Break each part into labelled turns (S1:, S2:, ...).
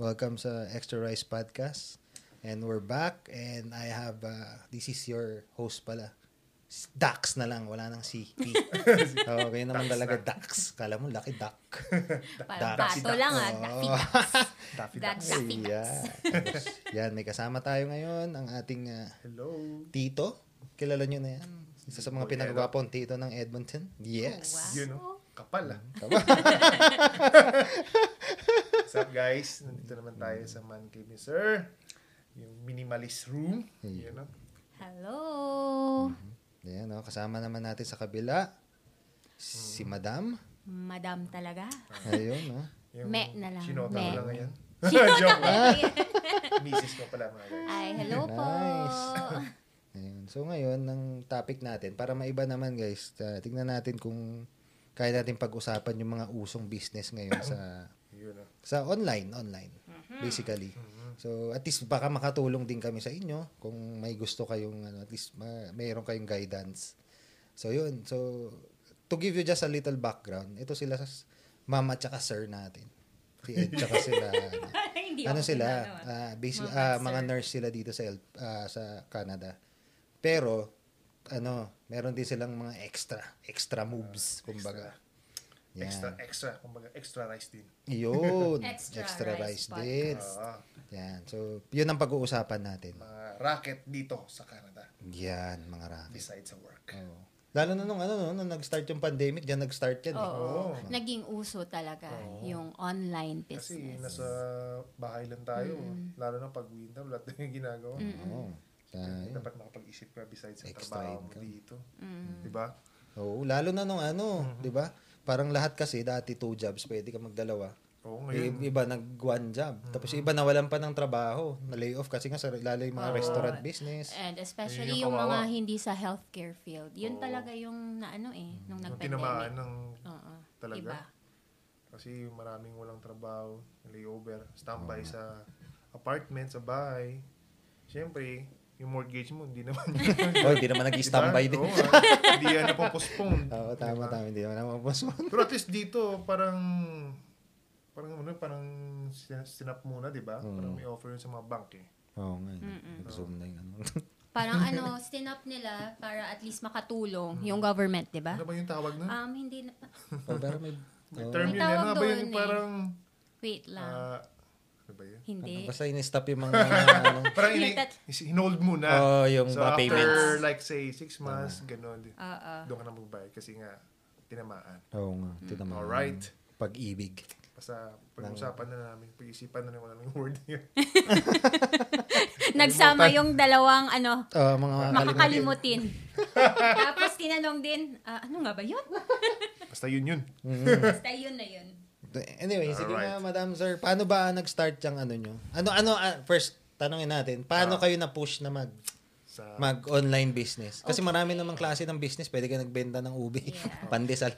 S1: welcome sa Extra Rice Podcast. And we're back and I have, uh, this is your host pala. S- Dax na lang, wala nang si T. okay naman
S2: Dax
S1: talaga,
S2: na.
S1: Dax. Kala mo, laki duck.
S3: Parang
S1: Daffy
S3: pato lang ah.
S1: Oo.
S2: Oh.
S3: Daffy Ducks.
S2: Daffy
S3: That-
S2: Duck.
S3: Daffy Ducks.
S1: Yeah. Tapos, yan, may kasama tayo ngayon, ang ating ah,
S2: Hello.
S1: tito. Kilala nyo na yan. Isa sa mga
S2: Boy,
S1: pinagwapong tito ng Edmonton. Yes.
S3: wow.
S2: Yun oh. Kapal ah.
S1: Tama.
S2: What's up guys? Nandito naman tayo sa Man Cave ni Sir. Yung minimalist room.
S1: Hey.
S2: Yun oh.
S3: Hello.
S1: Ayan, no? kasama naman natin sa kabila, si Madam.
S3: Madam talaga.
S1: Ayun, no?
S2: Yung
S3: Me na lang.
S2: Chinota
S3: Me.
S2: ko lang ngayon.
S3: Sino
S2: Joke lang.
S3: na
S2: Misis ko pala mga guys.
S3: Ay, hello po.
S1: Nice. Ayun. So ngayon, ang topic natin, para maiba naman guys, uh, tignan natin kung kaya natin pag-usapan yung mga usong business ngayon sa
S2: Yun oh.
S1: sa online, online, basically. So at least baka makatulong din kami sa inyo kung may gusto kayong, ano, at least ma- mayroon kayong guidance. So yun, so to give you just a little background, ito sila sa s- mama tsaka sir natin. Si Ed tsaka sila. ano.
S3: Hindi
S1: ano
S3: ako
S1: sila,
S3: pinano,
S1: ah,
S3: ah.
S1: basi-
S3: Mga
S1: ah,
S3: boxer.
S1: mga nurse sila dito sa El- ah, sa Canada. Pero ano, meron din silang mga extra, extra moves kumbaga. Yan.
S2: Ah, Extra, extra. Kumbaga, extra rice din.
S1: Yun.
S3: Extra rice podcast.
S1: din.
S2: Oo.
S1: Yan. So, yun ang pag-uusapan natin.
S2: mga racket dito sa Canada.
S1: Yan, mga ramis.
S2: Besides sa work.
S1: Oo. Lalo na nung ano, no, nung nag-start yung pandemic, diyan nag-start yan. eh.
S3: Oo.
S2: Oo.
S3: Naging uso talaga yung online
S2: Oh. Kasi
S3: business.
S2: nasa bahay lang tayo. oh. Lalo na pag winter, wala tayong ginagawa.
S1: Oo. Sa-
S2: Dapat makapag-isip ka besides sa
S1: Oh, Extra
S2: trabaho mo
S1: income.
S2: dito.
S3: Mm.
S2: Di ba?
S1: Oo, lalo na nung ano,
S2: Mm-hmm.
S1: 'di ba? Parang lahat kasi dati two jobs, pwede ka magdalawa.
S2: Oo,
S1: I-
S2: ngayon.
S1: Eh, iba nag one job. Tapos iba nawalan pa ng trabaho, na layoff kasi nga sa lalo yung mga
S3: Oo.
S1: restaurant business.
S3: And especially
S2: Yun yung
S3: yung mga
S2: kawawa.
S3: hindi sa healthcare field. Yun
S2: Oo.
S3: talaga yung na ano eh, nung
S2: Mm. Yung
S3: nag-pandemic.
S2: tinamaan ng...
S3: Oo.
S2: Talaga?
S3: Oh, Iba.
S2: Kasi maraming walang trabaho, layover, standby sa apartment, sa bahay. Siyempre, yung mortgage mo, hindi naman yun.
S1: oh, hindi naman nag-standby din.
S2: Diba? Oo, Hindi yan napapostpone.
S1: Oo, tama tama hindi naman napapasok.
S2: Pero at least dito, parang parang ano, parang sin- sinap muna, di ba?
S1: Mm.
S2: Parang may offer yun sa mga bank eh.
S1: Oo, nga. Nag-zoom na yung ano.
S3: Parang ano, stand-up nila para at least makatulong yung government, di ba?
S2: Ano ba yung tawag nun?
S3: Um, hindi na,
S1: oh, pero may
S2: may
S1: oo.
S2: term
S3: May
S2: yun. eh.
S3: tawag
S2: Ano ba yun?
S3: doon
S2: Yung
S3: eh.
S2: Parang,
S3: wait lang.
S2: ah, ano ba yun?
S3: hindi.
S1: Basta in-stop yung mga ano.
S2: Parang
S3: Yung
S2: ini,
S3: tat-
S2: is- hinold muna.
S1: Oh, yung
S2: so
S1: mga
S2: after
S1: payments.
S2: like say 6 months, ganun.
S3: Oo.
S2: Doon ka na magbayad kasi nga tinamaan.
S1: Oo nga,
S3: Mm.
S1: ito naman.
S2: Alright.
S1: Pag-ibig.
S2: Basta pag-usapan na namin, pag-isipan na namin wala nang word yun.
S3: Nagsama yung dalawang ano,
S1: Ah, mga kalimutan.
S3: makakalimutin. Tapos tinanong din, ah, ano nga ba yun?
S2: Basta yun yun.
S3: Basta yun na yun.
S1: Mm-hmm. Anyway, sige
S2: Alright.
S1: na, Madam Sir. Paano ba nag-start yung ano nyo? Ano, ano, ah, first, tanongin natin. Paano kayo na-push na mag,
S2: Sa,
S1: mag-online business? Kasi marami namang klase ng business. Pwede ka nagbenta ng ubi,
S3: Yeah.
S1: pandesal.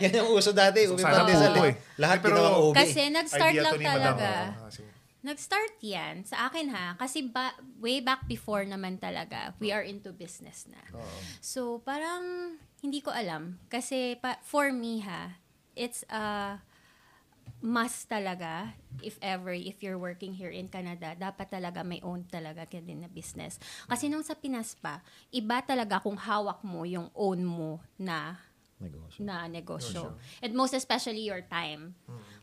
S1: Yan yung uso dati, ubi
S2: Sana
S1: pandesal.
S2: po,
S1: eh.
S2: eh.
S1: Lahat
S2: Eh, pero-
S1: ginawang ubi.
S3: Kasi nag-start
S2: Idea to
S3: lang
S2: ni Madam.
S3: talaga.
S2: Oo, ah, sige.
S3: Nag-start yan, sa akin ha, kasi ba- way back before naman talaga, we are into business na.
S2: Oo.
S3: So, parang hindi ko alam. Kasi pa- for me ha, it's a must talaga if ever, if you're working here in Canada, dapat talaga may own talaga ka din na business. Kasi nung sa Pinas pa, iba talaga kung hawak mo yung own mo na
S1: Negosyo.
S3: na negosyo. And most especially your time.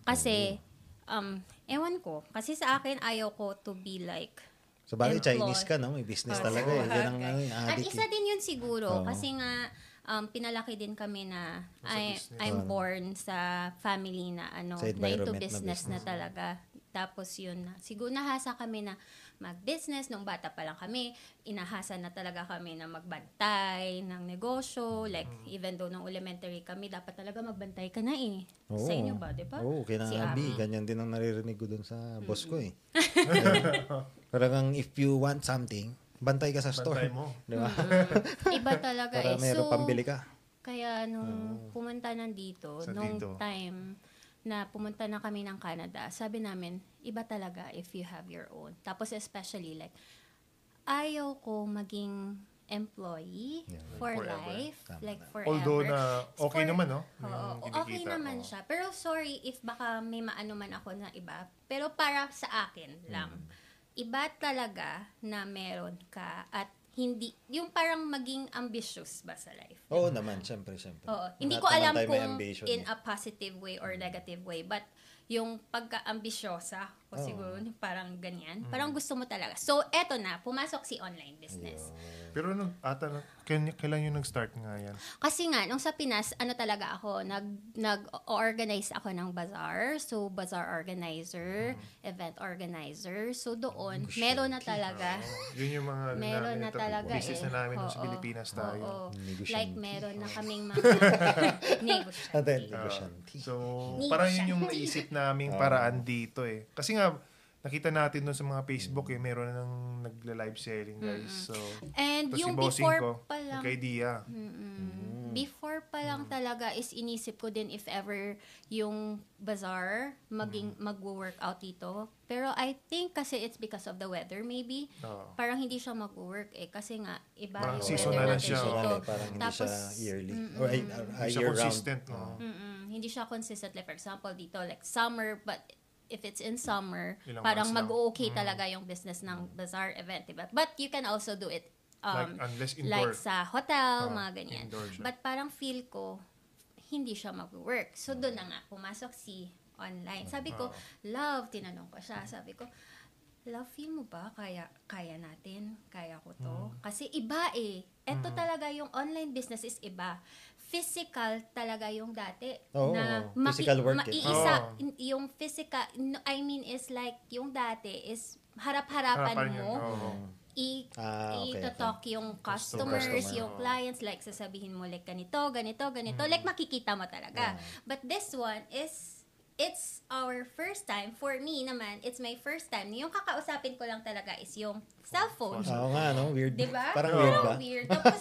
S3: Kasi, um, ewan ko. Kasi sa akin, ayaw ko to be like,
S1: So, bali,
S3: Employ.
S1: Chinese ka, no? May business
S3: Oo,
S1: talaga. Eh. Yan ang
S3: bagay.
S1: ano, yung
S3: At
S1: adik.
S3: isa
S1: eh.
S3: din yun siguro.
S1: Oo.
S3: Kasi nga, um, pinalaki din kami na
S2: Sa
S3: I,
S2: business.
S3: I'm born sa family na ano,
S1: Sa
S3: na into
S1: environment na
S3: business
S1: business.
S3: na, talaga. Tapos yun na. Siguro nahasa kami na mag-business. Nung bata pa lang kami, inahasa na talaga kami na magbantay ng
S1: Mm.
S3: negosyo. Like, even though nung elementary kami, dapat talaga magbantay ka na eh.
S1: Oo.
S3: Sa inyo ba, di ba?
S1: Oo, kina
S3: Si
S1: Abby,
S3: Abby.
S1: ganyan din ang naririnig ko dun sa boss ko eh. Kaya, Parang if you want something, bantay ka sa store.
S2: Bantay mo.
S1: Di ba?
S3: Iba talaga
S1: Para
S3: eh.
S1: mayroon
S3: So,
S1: pambili ka.
S3: Kaya nung pumunta nan dito,
S2: Sa
S3: nung
S2: dito.
S3: time na pumunta na kami ng Canada, sabi namin, iba talaga if you have your own. Tapos especially like, ayaw ko maging employee
S1: Yeah.
S3: for
S2: Forever.
S3: life.
S1: Tama
S3: Like
S1: na.
S3: forever.
S2: Although na okay
S3: For-
S2: naman, no?
S3: Oo,
S2: Yung
S3: okay
S2: kinikita
S3: naman
S2: ko.
S3: siya. Pero sorry if baka may maano man ako na iba. Pero para sa akin
S2: Mm.
S3: lang. Iba talaga na meron ka at hindi, yung parang maging ambitious ba sa life.
S1: Oo naman, syempre, syempre.
S3: Oo.
S1: Lahat
S3: Hindi ko
S1: naman
S3: alam
S1: tayo may
S3: kung
S1: ambition
S3: in
S1: eh.
S3: a positive way or negative way, but yung pagka-ambisyosa ko
S1: Oo. Mm.
S3: siguro, yung parang ganyan. Parang gusto mo talaga. So, eto na, pumasok si online business.
S2: Pero nung ata, na- kailan, kailan yung nag-start nga yan?
S3: Kasi nga, nung sa Pinas, ano talaga ako, nag, nag-organize ako ng bazaar. So, bazaar organizer,
S1: Mm.
S3: event organizer. So, doon, meron na talaga.
S2: Oo. yun yung mga ano
S3: Meron
S2: namin
S3: na
S2: ito.
S3: talaga
S2: business
S3: eh.
S2: na namin nung sa
S3: Oo.
S2: Pilipinas tayo.
S3: Oo.
S1: Negosyante.
S3: Like, meron na kaming mga
S1: Ah, then,
S3: negosyante.
S1: negosyante.
S2: So,
S3: Niche.
S2: parang yun yung naisip naming
S1: Oo.
S2: paraan dito eh. Kasi nga, nakita natin dun sa mga Facebook
S1: Mm.
S2: eh, meron na nang nagla-live selling guys. So,
S3: And
S2: tapos
S3: yung
S2: si bossing
S3: before
S2: ko,
S3: pa lang,
S2: nagka-idea.
S3: Mm. Before pa lang talaga is inisip ko din if ever yung bazaar maging
S2: Mm.
S3: magwo-workout dito. Pero I think kasi it's because of the weather maybe.
S2: Oo.
S3: Parang hindi siya mag-work eh kasi nga iba
S2: Parang
S3: yung
S2: seasonal
S3: weather
S2: na
S3: natin
S2: siya,
S3: dito.
S2: oo.
S1: Seasonal eh, Parang hindi siya
S3: Tapos,
S1: yearly.
S3: mm,
S1: Or ay, or,
S2: Hindi
S1: ah,
S2: siya
S1: year round.
S2: consistent. no?
S3: mm, hindi siya consistent like for example dito like summer but if it's in summer
S2: Ilang
S3: parang
S2: months lang. Mm.
S3: mag-okay talaga yung business ng bazaar event diba? But you can also do it um,
S2: like, unless indoor.
S3: like sa hotel,
S2: Ah,
S3: mga ganyan.
S2: indoor siya.
S3: But parang feel ko, hindi siya mag-work. So, doon na nga, pumasok si online. Sabi ko,
S2: Ah.
S3: love, tinanong ko siya. Sabi ko, love, feel mo ba kaya, kaya natin? Kaya ko to?
S2: Hmm.
S3: Kasi iba eh. Ito talaga yung online business is iba. Physical talaga yung dati.
S1: Oo,
S3: na
S1: oo. Physical work eh.
S3: maiisa,
S2: Oo.
S3: in- yung physical, I mean is like, yung dati is harap-harapan
S2: Harapan Ah, yun,
S3: mo,
S2: oo.
S1: Mm.
S3: i-
S1: Ah, okay,
S3: itatalk yung customers,
S1: Customer. Mm.
S3: yung
S2: Oo.
S3: clients, like sasabihin mo like ganito, ganito, ganito, like makikita mo talaga. But this one is it's our first time for me naman, it's my first time. Yung kakausapin ko lang talaga is yung cellphone.
S1: Oo nga, no? Weird.
S3: Diba?
S1: Parang
S2: Oo.
S1: weird ba?
S3: Parang weird. Tapos,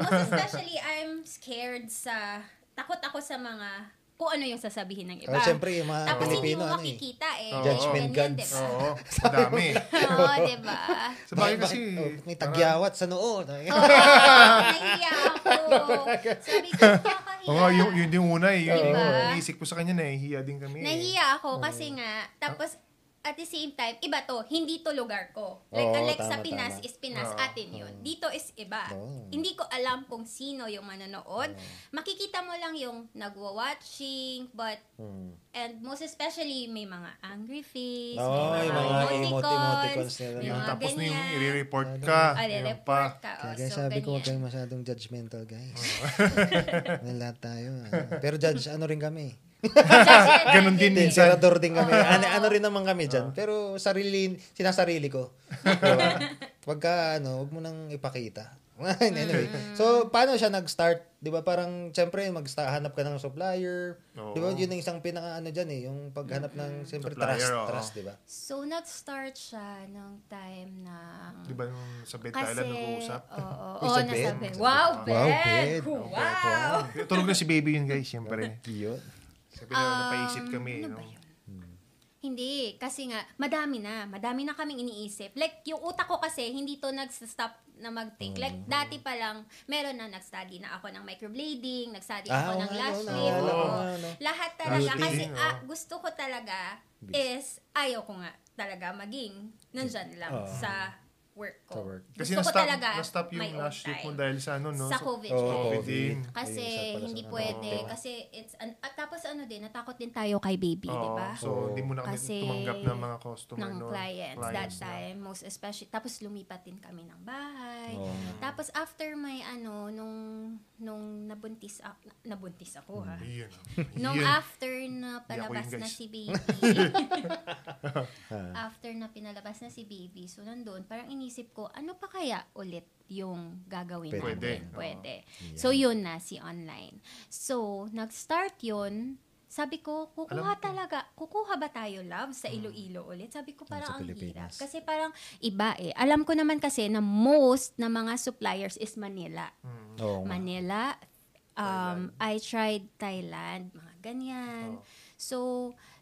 S3: most especially, I'm scared sa, takot ako sa mga, kung ano yung sasabihin ng iba.
S1: Oh, syempre, yung mga
S3: Tapos hindi
S1: Pilipino,
S3: mo
S1: ano eh.
S3: makikita eh.
S2: Oo.
S1: Judgment
S3: Ganyan,
S1: gods.
S3: diba?
S2: Oo, madami.
S3: Oo, diba?
S2: Sa bagay
S1: Bakit-
S2: kasi,
S1: bakit- oh, may
S2: parang-
S1: tagyawat sa noo.
S3: Oh. Nahiya
S1: Ano
S3: ako. Sabi ko, kakahiya.
S2: Oo, nga, yun, yun Oh, yung una eh. Yun,
S3: Diba?
S2: yung Naisip ko sa kanya, nahihiya din kami. eh.
S3: Nahiya ako kasi nga, tapos at the same time, iba to, hindi to lugar ko. Like,
S1: Oo,
S3: unlike
S1: tama,
S3: sa Pinas,
S1: tama.
S3: is Pinas
S2: Oo.
S3: atin yun. Dito is iba.
S1: Oo.
S3: Hindi ko alam kung sino yung manonood. Makikita mo lang yung nagwa-watching, but,
S1: Hmm.
S3: and most especially, may mga angry face,
S1: Oo,
S3: may mga,
S2: yung mga
S1: emote-
S3: emoticons,
S1: emoticons nila.
S3: may
S2: Yun,
S3: mga
S2: tapos na yung
S3: ganyan.
S2: i-report ka.
S3: Ah,
S2: yun
S3: report ka.
S1: Kaya
S3: Oh,
S1: guys,
S3: so,
S1: sabi ko, huwag
S3: ganyan.
S1: kayong masyadong judgmental, guys. May lahat tayo. ah. Pero judge, ano rin kami.
S3: Judgmental
S2: Ganun din
S3: eh.
S1: Hindi,
S2: Minsan-
S1: sarador din kami.
S3: Oo.
S1: Ano, ano rin naman kami dyan. Pero sarili, sinasarili ko. Huwag ka, ano, huwag mo nang ipakita. anyway. So, paano siya nag-start? Di ba parang, syempre, maghanap ka ng supplier.
S2: Oo.
S1: Di ba, yun ang isang pinaka, ano dyan eh, yung paghanap ng, syempre,
S2: Supplier,
S1: trust.
S2: oo.
S1: Trust, diba? di ba?
S3: So, nag-start siya nung time na...
S2: Di ba nung sa Bed Island nag-uusap?
S3: oo, oo,
S1: Uy, sa
S3: nasa
S1: bed.
S3: bed. Wow, bed!
S1: Wow,
S3: Wow!
S1: bed.
S3: wow.
S2: Tulog na si baby yun guys, siyempre.
S1: Yun.
S2: Sabi na, napaisip kami.
S3: ano
S2: no?
S3: ba yun? Hindi, kasi nga, madami na. Madami na kaming iniisip. Like, yung utak ko kasi, hindi to nag-stop na mag-think. Like,
S1: Mm-hmm.
S3: dati pa lang, meron na nag-study na ako ng microblading, nag-study
S1: Ah,
S3: ako
S1: oo
S3: ng
S1: nga,
S3: lash
S1: oo nga,
S3: lift.
S2: oo
S3: oo.
S1: nga, ano.
S3: Lahat talaga.
S1: Beauty.
S3: Kasi
S2: Oo.
S3: ah, gusto ko talaga is, ayaw ko nga talaga maging nandyan lang
S1: Oo.
S3: sa work ko.
S1: Sa work.
S2: Kasi
S3: gusto
S2: na-stop,
S3: ko talaga
S2: na-stop
S3: my
S2: yung
S3: own
S2: last shoot mo
S3: time.
S2: dahil sa ano, no?
S3: Sa
S2: So,
S3: COVID.
S1: Oo,
S3: Oo.
S2: COVID din.
S3: Kasi
S1: Ayun, isa pala sa
S3: hindi
S1: mga-
S3: pwede.
S1: Oo.
S3: Kasi it's, an, at tapos ano din, natakot din tayo kay baby,
S2: Oo,
S3: di ba?
S2: So,
S1: Oo.
S2: hindi mo na kami
S3: Kasi-
S2: tumanggap ng mga customer.
S3: ng
S2: no?
S3: clients, that
S2: na.
S3: time. Most especially, tapos lumipat din kami ng bahay.
S1: Oo nga.
S3: Tapos after my ano, nung, nung nabuntis ako, nabuntis ako ha.
S2: Ayun.
S3: Nung
S2: Ayun.
S3: after na palabas
S2: Hindi ako yun,
S3: na
S2: guys.
S3: si baby, after na pinalabas na si baby, so nandun, parang inisip ko, ano pa kaya ulit yung gagawin
S1: Pwede.
S3: natin?
S2: Pwede.
S3: Pwede.
S1: Yeah.
S3: So yun na, si online. So, nag-start yun, sabi ko, kukuha
S2: Alam-
S3: talaga, kukuha ba tayo, love, sa Iloilo ulit? Sabi ko,
S1: Sa
S3: parang ang hirap.
S1: Pilipinas.
S3: Kasi parang iba eh. Alam ko naman kasi na most na mga suppliers is Manila.
S1: Oo nga.
S3: Manila. Um, I tried Thailand, mga ganyan.
S2: Oo.
S3: So,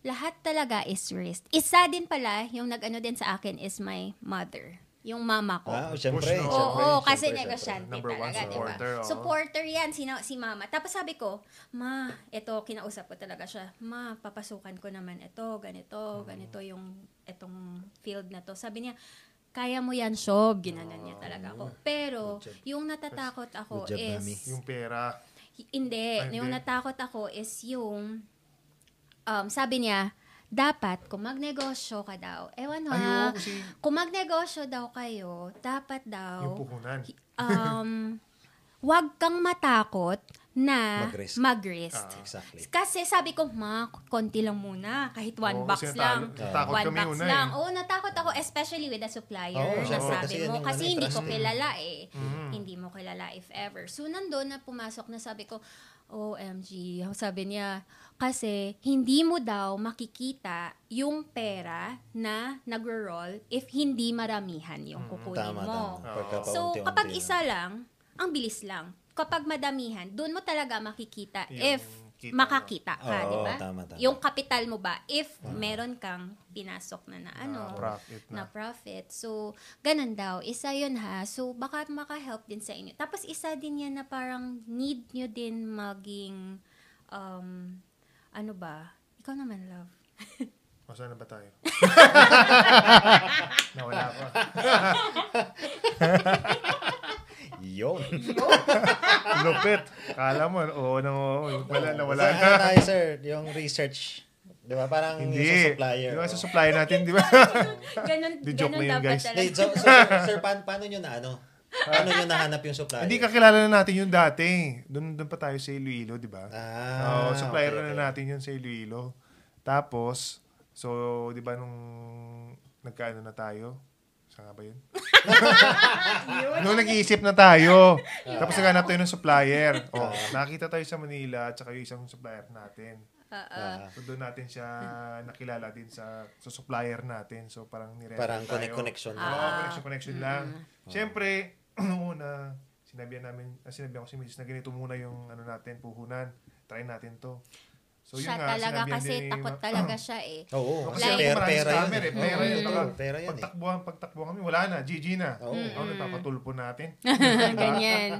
S3: lahat talaga is risk. Isa din pala, yung nag-ano din sa akin is my mother. Yung mama ko.
S1: Ah, syempre.
S2: push, no?
S3: Oo,
S1: syempre,
S3: oo, kasi
S1: syempre,
S3: negosyante
S2: Number one
S3: talaga, diba?
S2: supporter, oo.
S3: Supporter yan, si, si mama. Tapos sabi ko, ma, ito, kinausap ko talaga siya, ma, papasukan ko naman ito,
S2: Mm.
S3: ganito, ganito yung itong field na to. Sabi niya, kaya mo yan, Shob. Ginanan niya talaga
S2: Oh,
S3: ako. Pero,
S1: Good job.
S3: yung natatakot ako
S1: Good job,
S3: is,
S1: mami.
S2: Yung pera.
S3: hindi.
S2: Ah, hindi.
S3: Yung natakot ako is yung, um, sabi niya, dapat kung magnegosyo ka daw, ewan ha,
S2: Ayoko kasi
S3: kung magnegosyo daw kayo, dapat
S2: yung
S3: daw,
S2: puhunan.
S3: um, wag kang matakot na
S1: Mag-risk.
S3: mag-risk.
S2: Ah.
S1: Exactly.
S3: Kasi sabi ko, ma, konti lang muna. Kahit one
S2: Oo,
S3: box
S2: kasi
S3: lang.
S2: natalo- natakot
S3: one
S2: kami
S3: box
S2: una eh.
S3: lang. Oo, natakot ako, especially with the supplier.
S1: Oo,
S3: na
S2: syempre,
S1: kasi
S3: sabi
S1: yan
S3: mo,
S1: yung
S3: kasi
S1: ano,
S3: hindi ko
S1: trust eh.
S3: kilala eh.
S2: Mm.
S3: Hindi mo kilala if ever. So, nandun na pumasok na sabi ko, OMG, sabi niya, kasi hindi mo daw makikita yung pera na nagro-roll if hindi maramihan yung kukunin
S1: Mm, Tama,
S3: mo.
S1: tama. Pagkapaunti-unti
S3: So, kapag
S1: lang.
S3: isa lang, ang bilis lang. Kapag madamihan, doon mo talaga makikita
S2: Yung
S3: if
S2: kita
S3: makakita ka,
S1: Oo,
S3: di ba?
S1: tama, tama.
S3: Yung kapital mo ba if meron kang pinasok na na ano,
S2: Na Ah. profit Ah, na.
S3: na profit. So, ganun daw. Isa yun ha. So, baka makahelp din sa inyo. Tapos, isa din yan na parang need nyo din maging, um, ano ba? Ikaw naman, love.
S2: O, saan na ba tayo? Nawala pa.
S1: Yun.
S2: Lupit. Kala mo, oo, na oo. Wala, nawala
S1: Saan
S2: na.
S1: na ano tayo, sir? Yung research. Di ba? Parang
S2: Hindi.
S1: yung sa supplier.
S2: Yung
S1: oh.
S2: sa supplier natin, di ba?
S3: Ganun,
S2: Di joke
S3: ganun
S2: na yun,
S3: dapat
S2: guys.
S1: Hey,
S3: talaga.
S1: so, so, sir, sir paano, paano nyo na ano? Paano nyo nahanap yung supplier?
S2: Hindi kakilala na natin yung dati. Doon, doon pa tayo sa Iloilo, di ba?
S1: Ah,
S2: Oo, Oh, supplier
S1: okay, okay.
S2: na natin yun sa Iloilo. Tapos, so, di ba nung nagkaano na tayo? Saan nga ba yun? nung nag-iisip na tayo. tapos naghanap tayo ng supplier. Oh, nakita tayo sa Manila at saka yung isang supplier natin.
S1: Ah,
S2: So, doon natin siya nakilala din sa, sa supplier natin. So, parang nire
S1: parang Mm-hmm. connect connection.
S2: Oo, connection, connection
S3: Ah.
S2: lang. Siyempre, nung una, sinabihan namin, ah, sinabihan ko si Mrs. na ganito muna yung ano natin, puhunan. Try natin to. So,
S3: siya talaga
S2: sinabihan
S3: kasi
S2: din ni
S3: takot
S2: Ma-
S3: talaga siya eh.
S1: Oo,
S2: Oo,
S1: kasi
S2: kasi
S3: Like-
S1: pera,
S2: maraming
S1: pera yun.
S2: scammer
S1: eh.
S2: eh. Pera yun.
S1: Oo,
S2: Baka
S1: Pera yun eh.
S2: Pagtakbuhan, pagtakbuhan kami, wala na, GG na.
S1: Oo.
S2: Ano, papatulpo natin.
S3: Ganyan.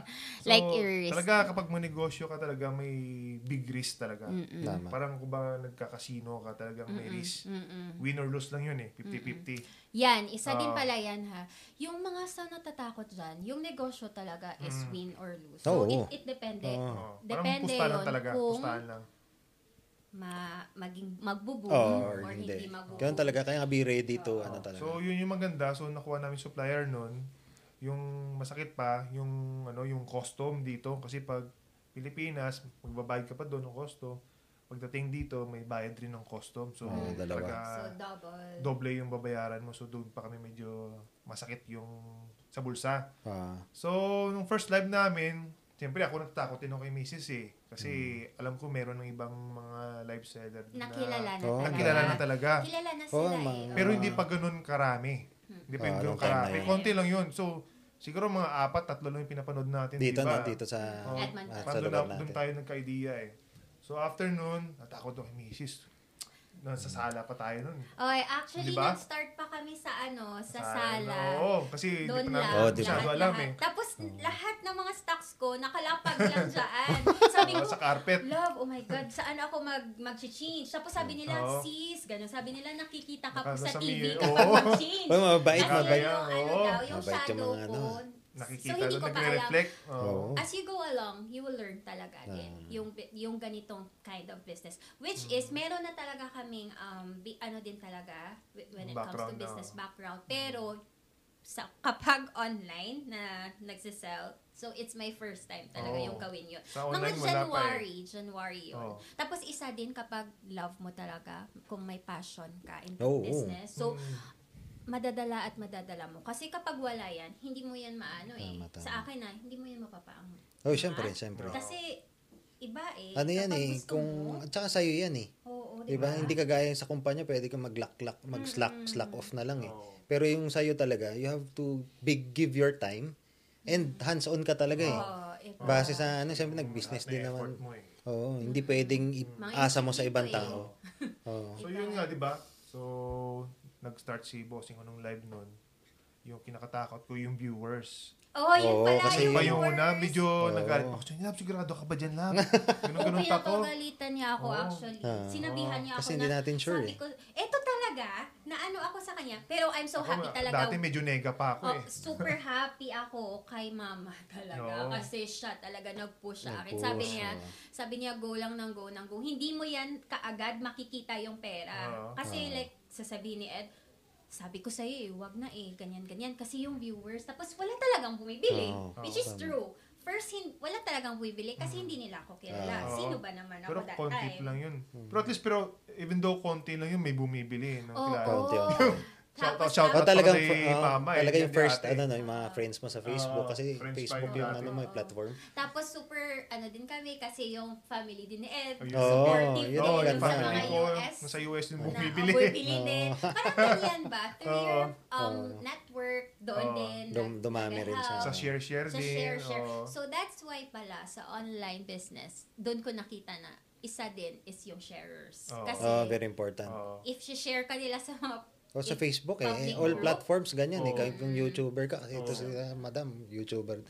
S3: like,
S2: Diba? So,
S3: iris.
S2: Talaga, kapag negosyo ka talaga, may big risk talaga.
S1: Tama.
S2: Parang kung ba nagkakasino ka, talagang may risk.
S3: Mm-mm.
S2: Win or lose lang yun eh, 50-50.
S3: Mm, Yan, isa din
S2: Oo.
S3: pala yan ha. Yung mga sa natatakot dyan, yung negosyo talaga is
S2: Mm.
S3: win or lose.
S1: Oo. Ah.
S3: So, it, it
S1: Oo.
S3: depende.
S2: Oo. Oh, parang
S3: Depende
S2: pustahan lang
S3: yun
S2: talaga.
S3: kung
S2: Pustahan lang.
S3: ma, maging magbo-boom
S1: Oh,
S3: or, hindi,
S1: hindi.
S3: magbo-boom.
S1: Ganun talaga. Kaya nga be ready to, ano talaga.
S2: So, yun yung maganda. So, nakuha namin supplier nun. Yung masakit pa, yung, ano, yung custom dito. Kasi pag Pilipinas, magbabayad ka pa doon ng custom. Pagdating dito, may bayad rin ng custom. So,
S1: Oo, dalawa.
S2: talaga,
S3: So, double.
S2: doble yung babayaran mo. So, doon pa kami medyo masakit yung sa bulsa.
S1: Ah,
S2: So, nung first live namin, siyempre ako natatakot din ako kay Mrs. eh. Kasi
S1: Mm.
S2: alam ko meron ng ibang mga live seller na
S3: Nakilala
S1: Oo,
S3: na talaga.
S2: nakilala na talaga.
S3: Kilala na
S1: Oo,
S3: sila
S1: mga-
S3: eh.
S2: Pero
S3: Oo.
S2: hindi pa ganun karami. Hindi pa yung
S1: Ah,
S2: ganun
S1: nung time na
S2: karami.
S1: yun.
S2: Konti lang yun. So, siguro mga apat, tatlo lang yung pinapanood natin.
S1: dito
S2: diba?
S1: na, dito sa,
S2: Oh,
S3: At man-
S1: ah, sa
S2: Parang
S1: lugar
S2: doon, doon
S1: natin.
S2: tayo nagka-idea eh. So, after nun, natakot ako kay Mrs. Nasa sala pa tayo nun.
S3: Okay, actually,
S2: Diba?
S3: nag-start pa kami sa ano, sa
S2: ano? Oo,
S3: sala.
S2: kasi hindi
S3: Doon
S2: pa
S3: lang.
S1: Oh,
S2: natin
S3: Oh,
S1: di ba?
S2: masyado
S3: lahat,
S2: alam
S3: lahat.
S2: eh.
S3: Tapos, lahat ng mga stocks ko, nakalapag lang dyan. Sabi
S2: Oo,
S3: ko,
S2: sa carpet.
S3: Love, oh my God, saan ako mag mag-change? Tapos sabi nila,
S2: Oo.
S3: sis, gano'n. Sabi nila, nakikita ka po
S2: Nakasa
S3: sa
S2: sa
S3: TV
S2: mirror.
S3: kapag
S2: Oo.
S3: mag-change.
S1: Uy, mababait,
S3: As in,
S1: mabait.
S3: yung ano daw,
S2: Oo.
S3: yung
S1: Mabait yung
S3: shadow
S1: mga ano.
S3: ko.
S2: Nakikita
S3: so, hindi ko
S2: doon,
S3: pa alam.
S2: nagre-reflect. Oo.
S1: Oo.
S3: As you go along, you will learn talaga din yung bi- yung ganitong kind of business. Which is, meron na talaga kaming, um, bi- ano din talaga, wi- when it comes to
S2: Background na.
S3: business background. Pero, sa kapag online na nagsisell, so it's my first time talaga
S2: Oo.
S3: yung gawin yun.
S2: Sa
S3: Mga
S2: online, wala pa eh.
S3: January, January yun.
S1: Oh.
S2: Oo.
S3: Tapos isa din kapag love mo talaga, kung may passion ka in
S1: Oo.
S3: business. So,
S2: Mm.
S3: madadala at madadala mo. Kasi kapag wala yan, hindi mo yan maano eh.
S1: Tama, tama.
S3: Sa akin na, hindi mo yan mapapaangon.
S1: Oh,
S3: Diba?
S1: syempre, syempre.
S3: Kasi, iba eh.
S1: Ano yan
S3: Kapag
S1: eh,
S3: gusto mo,
S1: kung, at saka sa'yo yan eh.
S3: oo,
S1: Diba?
S3: diba?
S1: Hindi kagaya sa kumpanya, pwede kang maglaklak, mag-slack, slack off na lang eh.
S2: Oo.
S1: Pero yung sa'yo talaga, you have to big give your time and hands-on ka talaga eh.
S3: Oo, iba.
S1: Base sa ano, siyempre nag-business
S2: Lahat na
S1: din
S2: effort
S1: naman.
S2: mo eh.
S1: Oo, hindi pwedeng
S3: Mga
S1: asa mo sa
S3: instinto
S1: ibang
S3: eh.
S1: tao. Oo.
S2: So yun nga, di ba? So, nag-start si bossing ko nung live nun. yung kinakatakot ko yung viewers.
S3: Oh, yun
S1: Oo,
S3: pala.
S1: kasi
S2: Kasi pa
S1: Ay,
S2: yung una, medyo
S1: Oo.
S2: nagalit ako. Sabi, Lab, sigurado ka ba dyan, Lab? Ganun,
S3: Oo,
S2: ganun pa ako. Oh.
S3: pinapagalitan niya ako
S2: Oo.
S3: actually.
S1: Ah.
S3: Sinabihan niya ako
S1: Kasi hindi
S3: na,
S1: natin sure
S3: sabi
S1: eh.
S3: ko, eto talaga, na ano ako sa kanya. Pero I'm so
S2: Ako,
S3: happy talaga.
S2: Dati medyo nega pa ako
S3: Oh,
S2: eh.
S3: super happy ako kay mama talaga.
S2: Oo.
S3: Kasi siya talaga nag-push sa akin.
S1: Nag-push,
S3: Sabi niya,
S1: oo.
S3: sabi niya, go lang ng go ng go. Hindi mo yan kaagad makikita yung pera.
S2: Oo.
S3: Kasi
S1: Oo.
S3: like, sasabihin ni Ed, sabi ko sa'yo eh, wag na eh, ganyan-ganyan. Kasi yung viewers, tapos wala talagang bumibili.
S1: Oo.
S3: Which is
S1: Tama.
S3: true. First, hin- wala talagang bumibili kasi hindi nila ako kilala.
S2: Mm. Oo.
S3: Sino ba naman ako
S2: Pero
S3: that
S2: konti
S3: time?
S2: lang yun.
S1: Hmm.
S2: Pero at least, pero even though konti lang yun, may bumibili. Ng
S3: Oo.
S2: kilala.
S1: Konti, konti.
S3: Tapos,
S2: Shout
S1: Oh,
S2: out,
S3: tapos-
S1: talagang,
S2: Ako kay
S1: oh,
S2: Mama eh,
S1: talaga yung
S2: yun yung
S1: first,
S2: ate.
S1: ano, no, yung mga friends mo sa Facebook.
S2: Oo,
S1: kasi
S2: friends
S1: Facebook
S2: pa yung
S1: yung,
S2: ate.
S1: ano mo, yung
S3: Oo.
S1: platform.
S3: Tapos super, ano din kami, kasi yung family din ni Ed,
S2: Ayun.
S3: supportive
S1: Oo,
S3: din.
S1: yun
S2: Oo,
S1: ang
S2: yung
S1: ganda.
S3: sa
S2: family
S3: mga
S2: ko,
S3: US.
S2: nasa US yung
S3: na
S2: bumibili.
S3: ako'y bilinin. Parang ganyan ba? Through
S2: Oo.
S3: your um,
S1: Oo.
S3: network, doon
S2: Oo.
S3: din.
S1: Dum- dumami rin siya.
S2: Sa share-share
S3: Sa
S2: din.
S3: share-share.
S2: oo.
S3: So that's why pala sa online business, doon ko nakita na isa din is yung sharers.
S2: Oo. Ah,
S3: Kasi
S1: Oh, very important.
S2: Oo.
S3: if share ka nila sa mga
S1: O sa
S3: If
S1: Facebook eh,
S3: public
S1: eh, all
S3: group.
S1: platforms ganyan eh,
S2: Oo.
S1: kahit kung YouTuber ka, ito
S2: Oo.
S1: sila, madam, YouTuber.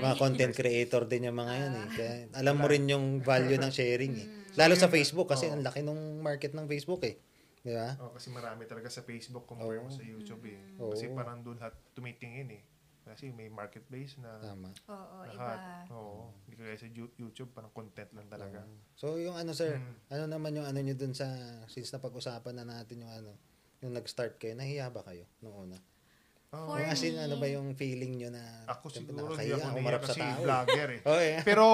S1: mga content creator din yung mga yan eh. Kaya alam mo
S2: Wala. Oh.
S1: rin yung value ng sharing
S3: Mm.
S1: eh. Lalo sa
S2: Yun na.
S1: Facebook kasi
S2: Oo.
S1: ang laki ng market ng Facebook eh. Di ba?
S2: Oh, kasi marami talaga sa Facebook compare mo
S1: Oo.
S2: sa YouTube eh.
S3: Mm.
S1: Oo.
S2: Kasi parang doon lahat tumitingin eh. Kasi may marketplace na
S1: Tama.
S3: oo, iba.
S2: lahat. Oo. Hindi kaya sa Yu- YouTube, parang content lang talaga.
S1: So yung ano sir,
S2: Mm.
S1: ano naman yung ano nyo dun sa, since napag-usapan na natin yung ano, yung nag-start kayo, nahiya ba kayo nung una?
S2: Oo.
S3: For
S1: Yung as in,
S3: me-
S1: ano ba yung feeling nyo na,
S2: Ako
S1: syempre,
S2: siguro, hindi
S1: nakakahiya,
S2: ako niya
S1: umarap sa
S2: kasi
S1: tao.
S2: vlogger eh.
S1: Oo eh.
S2: Pero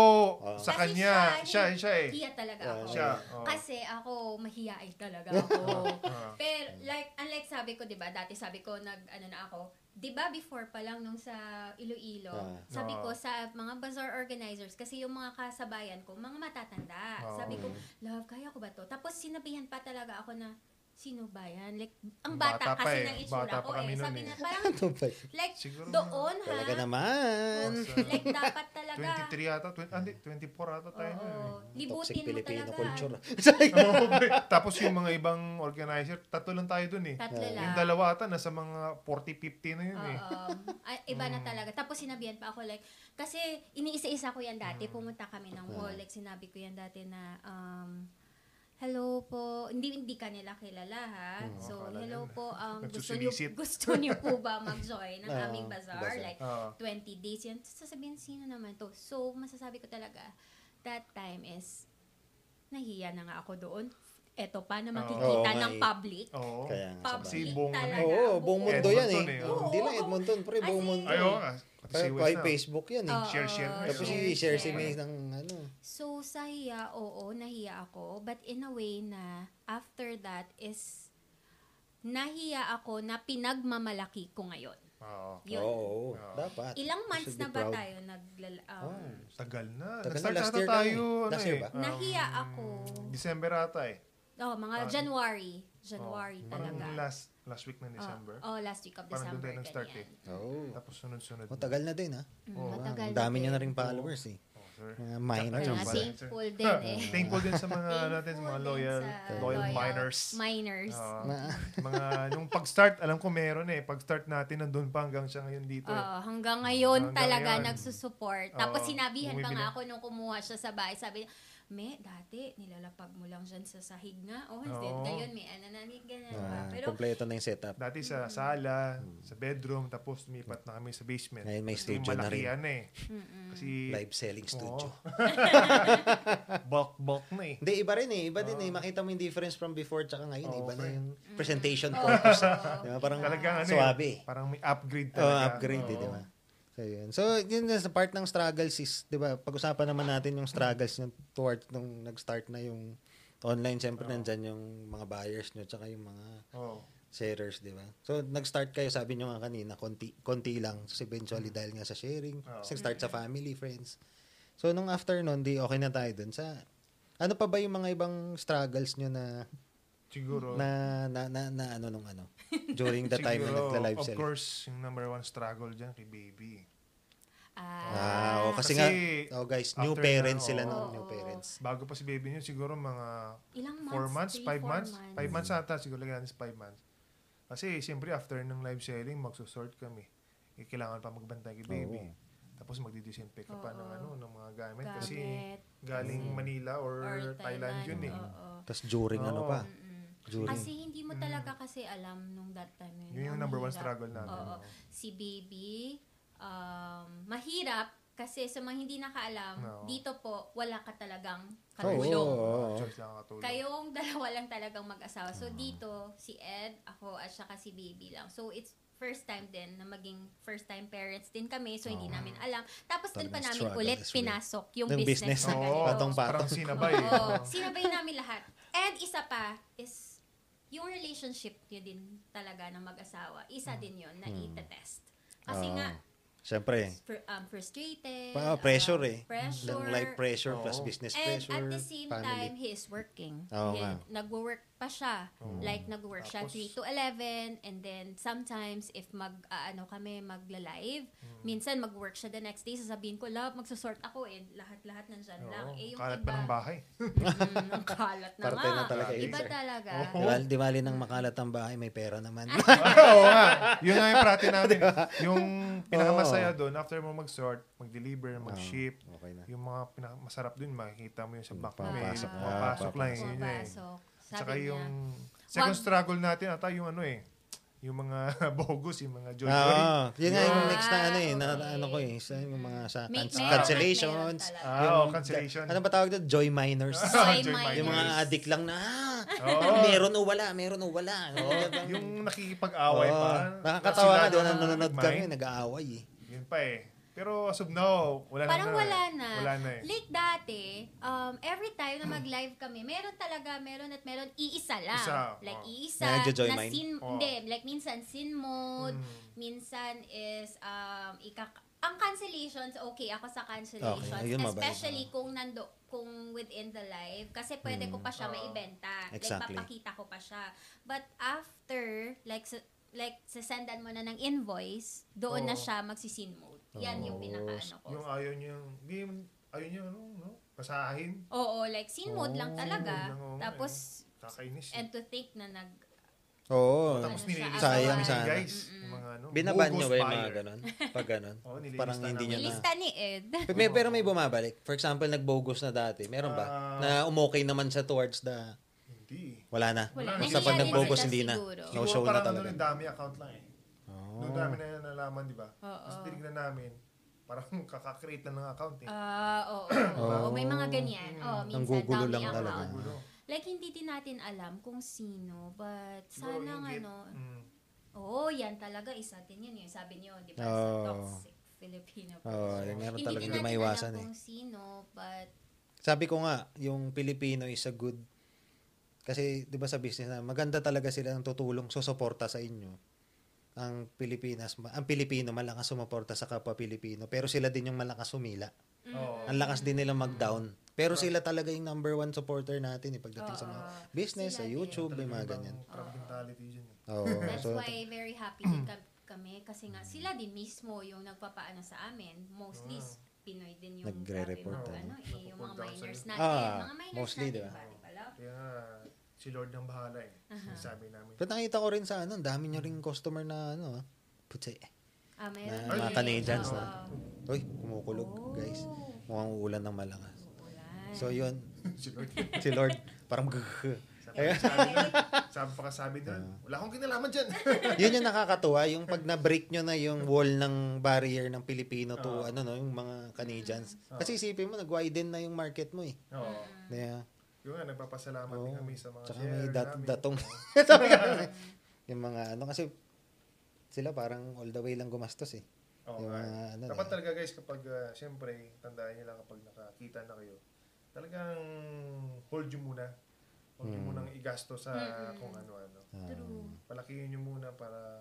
S1: Oo.
S2: sa
S3: Kasi
S2: kanya, siya,
S3: siya,
S2: siya eh.
S3: Hiya talaga
S1: Oo.
S3: ako.
S2: Siya. oo.
S3: Kasi ako, mahiyain talaga ako.
S2: Ah.
S3: Pero like unlike sabi ko 'di ba, dati sabi ko nag ano na ako, 'di ba before pa lang nung sa Iloilo,
S1: Ah.
S3: sabi
S2: Ah.
S3: ko sa mga bazaar organizers kasi yung mga kasabayan ko, mga matatanda.
S2: Ah.
S3: Sabi ko, "Love, kaya ko ba 'to?" Tapos sinabihan pa talaga ako na sino ba yan? Like, ang
S2: Bata
S3: bata,
S2: pa
S3: kasi
S2: eh.
S3: ng itsura
S2: Bata pa
S3: ko
S2: kami
S3: eh.
S2: nun
S3: Sabi
S2: eh.
S3: na parang,
S1: Ano ba? yun?
S3: like,
S2: Siguro
S3: doon ha.
S1: Talaga naman.
S2: Oo, sa-
S3: Like, dapat talaga.
S2: 23 ata, 20, ah, hindi, 24 ata tayo. nun eh.
S3: Oo.
S1: Toxic
S3: Libutin mo
S1: Filipino
S3: talaga.
S1: culture.
S2: Oo, pre. Tapos yung mga ibang organizer, tatlo lang tayo dun eh.
S3: Tatlo lang.
S2: Yung dalawa ata, nasa mga 40-50 na yun eh.
S3: Oo. Ay, iba
S1: Mm.
S3: na talaga. Tapos sinabihan pa ako like, kasi iniisa-isa ko yan
S1: Mm.
S3: dati. Pumunta kami ng mall. Like sinabi ko yan dati na, um, hello po, hindi hindi ka nila kilala ha.
S1: Mm,
S3: So,
S2: Akala
S3: hello
S2: nila.
S3: po, um, gusto niyo,
S2: Nagsusilisit.
S3: gusto niyo po ba mag-join ng
S1: Oo,
S3: aming bazaar?
S1: bazaar.
S3: Like,
S2: Oo.
S3: 20 days yan. Tapos Sasabihin, sino naman to? So, masasabi ko talaga, that time is, nahiya na nga ako doon. Eto pa na
S1: Oo
S3: makikita
S1: nga
S3: ng
S1: eh.
S3: public.
S2: Oo.
S1: Kaya nga.
S3: Public
S1: sabay.
S2: Kasi buong-
S3: talaga.
S1: Oo, oh, buong mundo yan eh.
S2: Edmonton eh,
S1: Oo,
S2: oo.
S1: Hindi lang Edmonton, pre, buong
S3: As in-
S1: mundo.
S2: Ayaw ka. Pati si
S1: Kaya
S2: Wes na.
S1: Facebook yan eh.
S3: Oo.
S2: Share, share.
S1: Tapos
S3: share,
S1: i-share si
S3: share.
S1: May ng ano.
S3: So, sa hiya, oo, nahiya ako. But in a way na, after that is, nahiya ako na pinagmamalaki ko ngayon.
S2: Oo.
S3: Yun.
S1: Oo, oo,
S2: Oo.
S1: dapat.
S3: Ilang months
S1: Should be
S3: na ba
S1: proud.
S3: tayo naglala... Um,
S1: Oh.
S2: Tagal na.
S1: Tagal na,
S2: Nag-start
S1: last
S2: ata
S1: year ka
S2: tayo.
S1: eh.
S2: ano
S1: Last year
S2: eh,
S1: ba?
S2: um,
S3: Nahiya ako.
S2: December ata eh.
S3: Oh, mga
S2: Ah.
S3: January. January
S2: Oo.
S3: talaga.
S2: Parang last, last week ng December.
S3: Oh, oh, last week of
S2: Parang doon
S3: December.
S2: tayo eh. nag-start
S3: ganyan. Mm.
S1: Oo.
S2: Tapos sunod-sunod.
S1: Oh, tagal na din ha.
S2: Oo.
S1: Wow,
S3: matagal
S1: ang dami
S3: na
S1: nyo na
S3: din.
S1: rin followers eh.
S2: Oo, Oh, sir.
S1: Mga minors.
S3: Kaya nga,
S2: Tsaka Jump ba?
S3: thankful din eh.
S2: Thankful din sa mga ano
S3: Thankful
S2: natin, sa mga
S3: din
S2: loyal,
S3: sa
S2: loyal
S3: loyal
S2: miners. Ah.
S3: Miners.
S2: Oo.
S1: Na-
S2: mga, nung pag-start, alam ko meron eh. Pag-start natin, nandun pa hanggang siya ngayon dito eh.
S3: Oo, hanggang ngayon
S2: Hanggang
S3: talaga
S2: ngayon.
S3: nagsusupport.
S2: Oo,
S3: Tapos sinabihan pa
S2: bumibili.
S3: nga ako nung kumuha siya sa bahay. Sabi niya, me, dati nilalapag mo lang dyan sa sahig nga. Oh, hindi
S2: Oo.
S3: ngayon may ano na, may ganyan
S1: Ah,
S3: pa. Pero,
S1: kompleto na yung setup.
S2: Dati
S3: Mm.
S2: sa sala, sa bedroom, tapos lumipat na kami sa basement.
S1: Mm. Ngayon may
S2: Kasi
S1: studio na
S2: malaki
S1: rin.
S2: yan eh. Kasi
S1: Live selling studio.
S2: Oo. bulk, bulk na eh.
S1: Hindi, iba rin eh. Iba din eh. Makita mo yung difference from before tsaka ngayon.
S2: Oo,
S1: iba na
S2: pre.
S1: yung presentation
S3: Oo.
S1: purpose.
S3: Oo.
S1: Di ba? Parang
S2: Talagang ano eh,
S1: suwabe.
S2: Parang may upgrade
S1: Oh,
S2: talaga.
S1: upgrade, eh,
S2: Oo.
S1: di ba? So, yun. So, yun na sa part ng struggles is, di ba, pag-usapan naman natin yung struggles nyo towards nung nag-start na yung online. Siyempre, nandyan yung mga buyers nyo tsaka yung mga
S2: Oo.
S1: sellers, di ba? So, nag-start kayo, sabi nyo nga kanina, konti, konti lang. So, eventually, dahil nga sa sharing,
S2: Mm. Oo.
S1: so, start sa family, friends. So, nung after nun, di okay na tayo dun sa... Ano pa ba yung mga ibang struggles nyo na
S2: Siguro.
S1: na na na, na ano nung ano during the time na
S2: siguro,
S1: nagla-live
S2: Of
S1: sale?
S2: course, yung number one struggle dyan kay baby.
S1: Ah,
S3: ah,
S1: oo, kasi,
S2: Kasi,
S1: nga, oh guys, new
S2: after
S1: parents
S2: na,
S1: sila
S2: oo.
S1: nun,
S3: Oo.
S1: new parents.
S2: Bago pa si baby niyo, siguro mga
S3: ilang months?
S2: 4 months,
S3: Three,
S2: 5
S3: four
S2: months.
S3: months.
S2: 5 months ata, siguro lagyan natin 5 months. Kasi siyempre after ng live selling, magsusort kami. Eh, kailangan pa magbantay kay baby.
S1: Oo.
S2: Tapos magdi-disinfect ka pa ng
S3: Oo.
S2: ano, ng mga gamit,
S3: Gamit.
S2: kasi galing
S1: Mm.
S2: Manila or,
S3: Or
S2: Thailand, yun eh.
S3: Oo.
S1: Tapos during ano
S2: Oo.
S1: pa.
S3: Mm-mm.
S1: During.
S3: Kasi
S1: Mm.
S3: hindi mo talaga kasi alam nung that time na yun.
S2: Yun yung
S3: Ang
S2: number one
S3: hirap.
S2: struggle namin.
S3: Oo.
S2: Oo.
S3: Si baby, um, mahirap kasi sa mga hindi nakaalam,
S2: Oo.
S3: dito po, wala ka talagang
S1: Oo,
S3: katulong.
S1: oo, oo.
S2: Choice lang ang katulong.
S3: Kayong dalawa lang talagang mag-asawa. So, dito, si Ed, ako, at saka si Baby lang. So, it's first time din na maging first time parents din kami. So, hindi
S1: Oo.
S3: namin alam. Tapos, doon pa
S1: Talagang
S3: namin
S1: struggle
S3: ulit
S1: is real.
S3: pinasok yung
S1: Yung
S3: business.
S1: business.
S3: na
S2: Oo,
S3: ganito.
S1: Patong pa.
S2: parang sinabay. eh.
S3: Oo.
S2: Oo.
S3: Sinabay namin lahat. And isa pa is yung relationship niyo din talaga ng mag-asawa. Isa din yon na
S1: Hmm.
S3: itetest. Kasi
S2: Ah,
S1: Oo.
S3: nga,
S1: Siyempre.
S3: fr- um, frustrated.
S1: Pa, pressure
S3: um,
S1: eh.
S3: Pressure.
S1: Yung life pressure
S2: Oo.
S1: plus business
S3: And
S1: pressure.
S3: at the same time, he is working.
S1: Oo
S3: He-
S1: nga.
S3: Nagwo-work pa siya.
S2: Oo.
S3: Like, nagwo-work siya
S2: Oh. Tapos-
S3: 3 to 11. And then, sometimes, if mag, ah, ano kami, magla-live,
S2: Hmm.
S3: minsan mag-work siya the next day, sasabihin ko, love, magsusort ako eh. Lahat-lahat nandyan lang.
S2: Oo,
S3: Eh, yung
S2: Kalat
S3: iba,
S2: pa ng bahay.
S3: Mm, ang kalat na
S1: Parte
S3: nga.
S1: na talaga yun,
S3: Iba
S1: sir.
S3: talaga.
S2: Oo.
S1: Di ba, di bali ng makalat ang bahay, may pera naman.
S3: Ah.
S2: Oo nga. Yun nga yung prati namin. Yung pinakamasaya doon, after mo mag-sort, mag-deliver, mag-ship,
S1: Oo, okay na.
S2: yung mga pinakamasarap doon, makikita mo yun sa back
S1: Papasok.
S2: mail, sa
S3: Ah.
S2: pumapasok lang. Yun, yun, eh.
S3: Pumapasok. Sabi
S2: Tsaka
S3: niya.
S2: yung second
S3: Wag-
S2: struggle natin, ata yung ano eh, yung mga bogus, yung mga joy
S1: Oo. Yun nga yung
S3: Ah,
S1: next na ano eh, na,
S3: okay.
S1: ano ko eh, sa yung mga sa
S3: May-
S1: cance-
S3: meron at
S1: cancellations.
S3: meron talaga.
S2: Ah,
S1: Yung-
S2: oo, cancellation.
S1: Ano ba tawag doon? Joy minors.
S3: Joy minors.
S2: Joy minors.
S1: yung mga addict lang na, ah,
S2: Oo.
S1: meron o wala, meron o wala.
S2: Oo, yung nakikipag-away
S1: Oo.
S2: pa.
S1: Ah, Nakakatawa
S2: Sila
S1: na doon,
S2: na-
S1: nanonood
S2: Mike,
S1: kami, nag-aaway eh.
S2: Yun pa eh. Pero as of now, wala na
S3: Parang
S2: na.
S3: wala na.
S2: Wala na eh.
S3: Like dati, um, every time na mag-live kami, meron talaga, meron at meron, iisa lang.
S2: Isa,
S3: Like,
S2: oh.
S3: iisa.
S1: Na enjoy
S3: na
S1: mine?
S3: sin,
S2: Oh.
S3: Hindi, like minsan sin mode,
S2: Mm.
S3: minsan is, um, ikak- ang cancellations, okay ako sa cancellations.
S1: Okay, ayun, mabait.
S3: especially kung nando kung within the live kasi pwede ko pa siya
S2: Oo.
S3: maibenta.
S1: Mm, Exactly.
S3: Like papakita ko pa siya. But after like sa, like sasendan mo na ng invoice, doon na
S2: Oo.
S3: siya magsi-sin mode. Yan yung
S1: Oo.
S3: pinakaano ko.
S2: Yung ayaw niya, hindi, ayaw niya, ano, no? Pasahin.
S3: Oo, like scene mode
S1: Oh.
S3: lang talaga.
S2: Scene mode lang, oo.
S3: Tapos,
S2: Kakainis. eh.
S3: and to think na nag...
S1: Oo.
S3: Ano
S2: Tapos
S3: siya,
S2: nililis
S1: Sayang
S2: na namin,
S1: sana.
S2: Guys, yung mga ano,
S1: Binaban
S2: bogus
S1: nyo ba yung
S2: buyer.
S1: mga ganon? Pag ganon?
S2: Oo, nililista
S1: Parang hindi
S2: namin.
S1: nyo na.
S3: Nilista ni Ed.
S1: May, pero may bumabalik. For example, nagbogus na dati. Meron ba?
S2: Ah.
S1: na umokay naman siya towards the...
S2: Hindi.
S1: Wala na.
S3: Wala.
S1: Basta pag
S2: Nangyari
S1: nagbogus,
S3: sila
S1: hindi na.
S3: siguro.
S1: No show
S2: Siguro
S1: na
S2: parang ano, yung
S1: talaga. Oh.
S2: dami account lang eh.
S1: Oo.
S2: Nung dami na nalaman, di ba?
S3: Oo.
S2: Tapos tinignan namin, parang kakakreate lang ng account eh.
S3: Ah, oo, oo, oo. May mga ganyan. Oo, minsan
S1: gugulo
S3: dummy
S1: lang
S3: account.
S1: talaga.
S2: Gulo.
S3: Like, hindi din natin alam kung sino, but
S2: Siguro
S3: sana nga,
S2: inggit.
S3: no.
S2: Mm.
S3: Oo, oh, yan talaga. Isa din yun. Yung sabi niyo, di
S1: Oo.
S3: ba? Sa toxic Filipino.
S1: Oo,
S3: person.
S1: yun, meron
S3: hindi
S1: talaga,
S3: din
S1: hindi
S3: natin
S1: maiwasan
S3: alam
S1: eh.
S3: kung sino, but...
S1: Sabi ko nga, yung Pilipino is a good... Kasi, di ba sa business na, maganda talaga sila ng tutulong, susuporta sa inyo. Ang Pilipinas, ma- ang Pilipino malakas sumuporta sa kapwa Pilipino, pero sila din yung malakas sumila.
S2: Oo.
S1: Ang lakas din nila mag-down. Pero sila talaga yung number one supporter natin eh, pagdating sa mga
S3: Oo.
S1: business, sa
S3: Sila din.
S1: YouTube, may
S2: Talagang
S1: mga
S2: ibang
S1: ganyan.
S2: Crab mentality dyan eh.
S1: Oo.
S3: That's
S1: so,
S3: why very happy din ka- kami kasi nga sila din mismo yung nagpapaano sa amin. Mostly s- Pinoy din yung
S1: Nagre-report
S3: grabe mga
S1: ano.
S3: ano, eh, yung mga
S2: Napupunta ako
S3: minors
S2: sa'yo.
S3: natin.
S1: Ah,
S3: mga minors
S1: mostly,
S3: natin,
S1: diba?
S3: ba? Diba, love?
S2: Kaya si Lord ang bahala eh. Sinasabi namin.
S1: Pero nakita ko rin sa ano, ang dami nyo rin customer na ano, ah, puti.
S3: Ah, meron.
S1: Na mga
S2: Ay,
S1: Canadians
S3: Oo.
S1: na. Uy, kumukulog, guys. Mukhang uulan ng malakas.
S3: Ulan.
S1: So yun,
S2: si Lord.
S1: si Lord, parang gugh.
S2: Sabi pa kasabi doon. Sabi pa kasabi doon.
S1: Ah.
S2: Wala akong kinalaman dyan.
S1: Yun yung nakakatuwa, yung pag na-break nyo na yung wall ng barrier ng Pilipino to
S2: Oo.
S1: ano no, yung mga Canadians.
S2: Oo.
S1: Kasi isipin mo, nag-widen na yung market mo eh.
S2: Oo.
S1: Kaya,
S2: Yung nga, nagpapasalamat
S1: Oo.
S2: din kami sa mga
S1: Tsaka may
S2: share
S1: dat-
S2: namin.
S1: datong. yung mga ano kasi sila parang all the way lang gumastos eh.
S2: Oo
S1: yung
S2: nga.
S1: mga ano.
S2: Dapat
S1: eh.
S2: talaga guys, kapag ah, siyempre, tandaan nyo lang kapag nakakita na kayo, talagang hold nyo muna. Huwag
S1: Hmm.
S2: nyo munang igasto sa kung ano-ano.
S1: Ah.
S3: True.
S2: Palakihin nyo muna para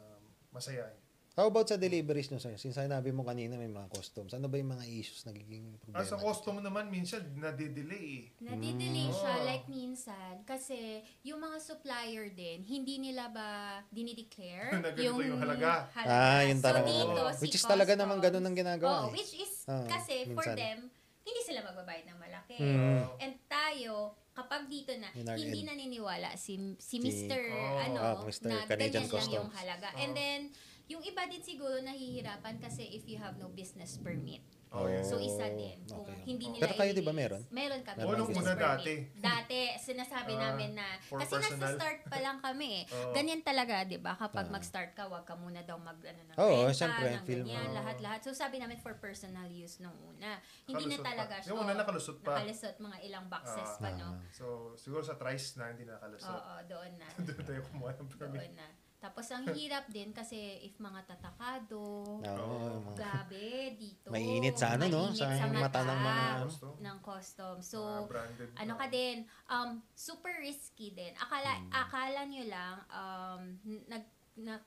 S2: masaya. eh.
S1: How about sa deliveries nyo, sir? Since sinabi mo kanina may mga customs, ano ba yung mga issues nagiging problema?
S2: Ah, sa custom naman, minsan, nadidelay eh.
S3: Nadidelay siya
S2: Oo.
S3: like minsan kasi yung mga supplier din, hindi nila ba dinideclare
S2: Na ganito yung halaga.
S1: Ah, yun talaga.
S3: So dito,
S2: Oo.
S3: si
S1: Which is talaga
S3: customs-
S1: naman ganun ang ginagawa
S3: Oo,
S1: eh.
S3: which is
S1: Oo,
S3: kasi for
S1: minsan.
S2: Oh,
S3: them, hindi sila magbabayad ng malaki.
S1: Mm.
S3: And tayo, kapag dito na,
S1: In our
S3: hindi
S1: end.
S3: naniniwala si,
S1: Si-
S3: si Mr.
S2: Oh.
S3: ano,
S1: Ah, Mr.
S3: na
S1: Canadian
S3: ganyan lang yung
S1: Customs.
S3: halaga.
S2: Oh.
S3: And then, yung iba din siguro nahihirapan kasi if you have no business permit.
S2: Oh,
S1: Oo.
S2: yeah.
S3: So, isa din.
S2: Oh,
S1: Okay.
S3: Kung hindi nila
S1: Pero kayo, di ba,
S3: i-release.
S1: meron?
S3: Meron kami.
S1: Meron
S3: business
S1: muna
S3: permit.
S2: dati.
S3: Dati, sinasabi
S2: Ah,
S3: namin na,
S2: for
S3: kasi
S2: personal. Oh.
S3: nasa start pa lang kami eh.
S2: Oo.
S3: Ganyan talaga, di ba? Kapag
S1: Ah.
S3: mag-start ka, wag ka muna daw mag, ano, ng
S1: Oo,
S3: renta,
S1: syempre,
S3: ng
S1: film, oh.
S3: ganyan,
S2: oo.
S3: lahat-lahat. So, sabi namin for personal use nung una. Hindi
S2: Nakalusot
S3: na talaga
S2: pa. Yung una,
S3: oo,
S2: nakalusot pa.
S3: nakalusot, mga ilang boxes
S2: Ah.
S3: pa, no?
S1: Ah.
S2: So, siguro sa thrice na hindi nakalusot.
S3: Oo, doon na.
S2: Doon tayo kumuha ng permit.
S3: doon na. Tapos ang hirap din kasi if mga tatakado,
S1: Oo,
S2: Oo.
S1: yung mga-
S3: gabi dito.
S1: Ah. Mainit sa ano, no?
S3: mainit
S1: Sa mata ng mga- ano.
S2: Gusto?
S3: ng custom. So,
S2: Mga branded.
S3: ano ka din, um, super risky din. Akala,
S2: Hmm.
S3: akala nyo lang, um, n- nag, na,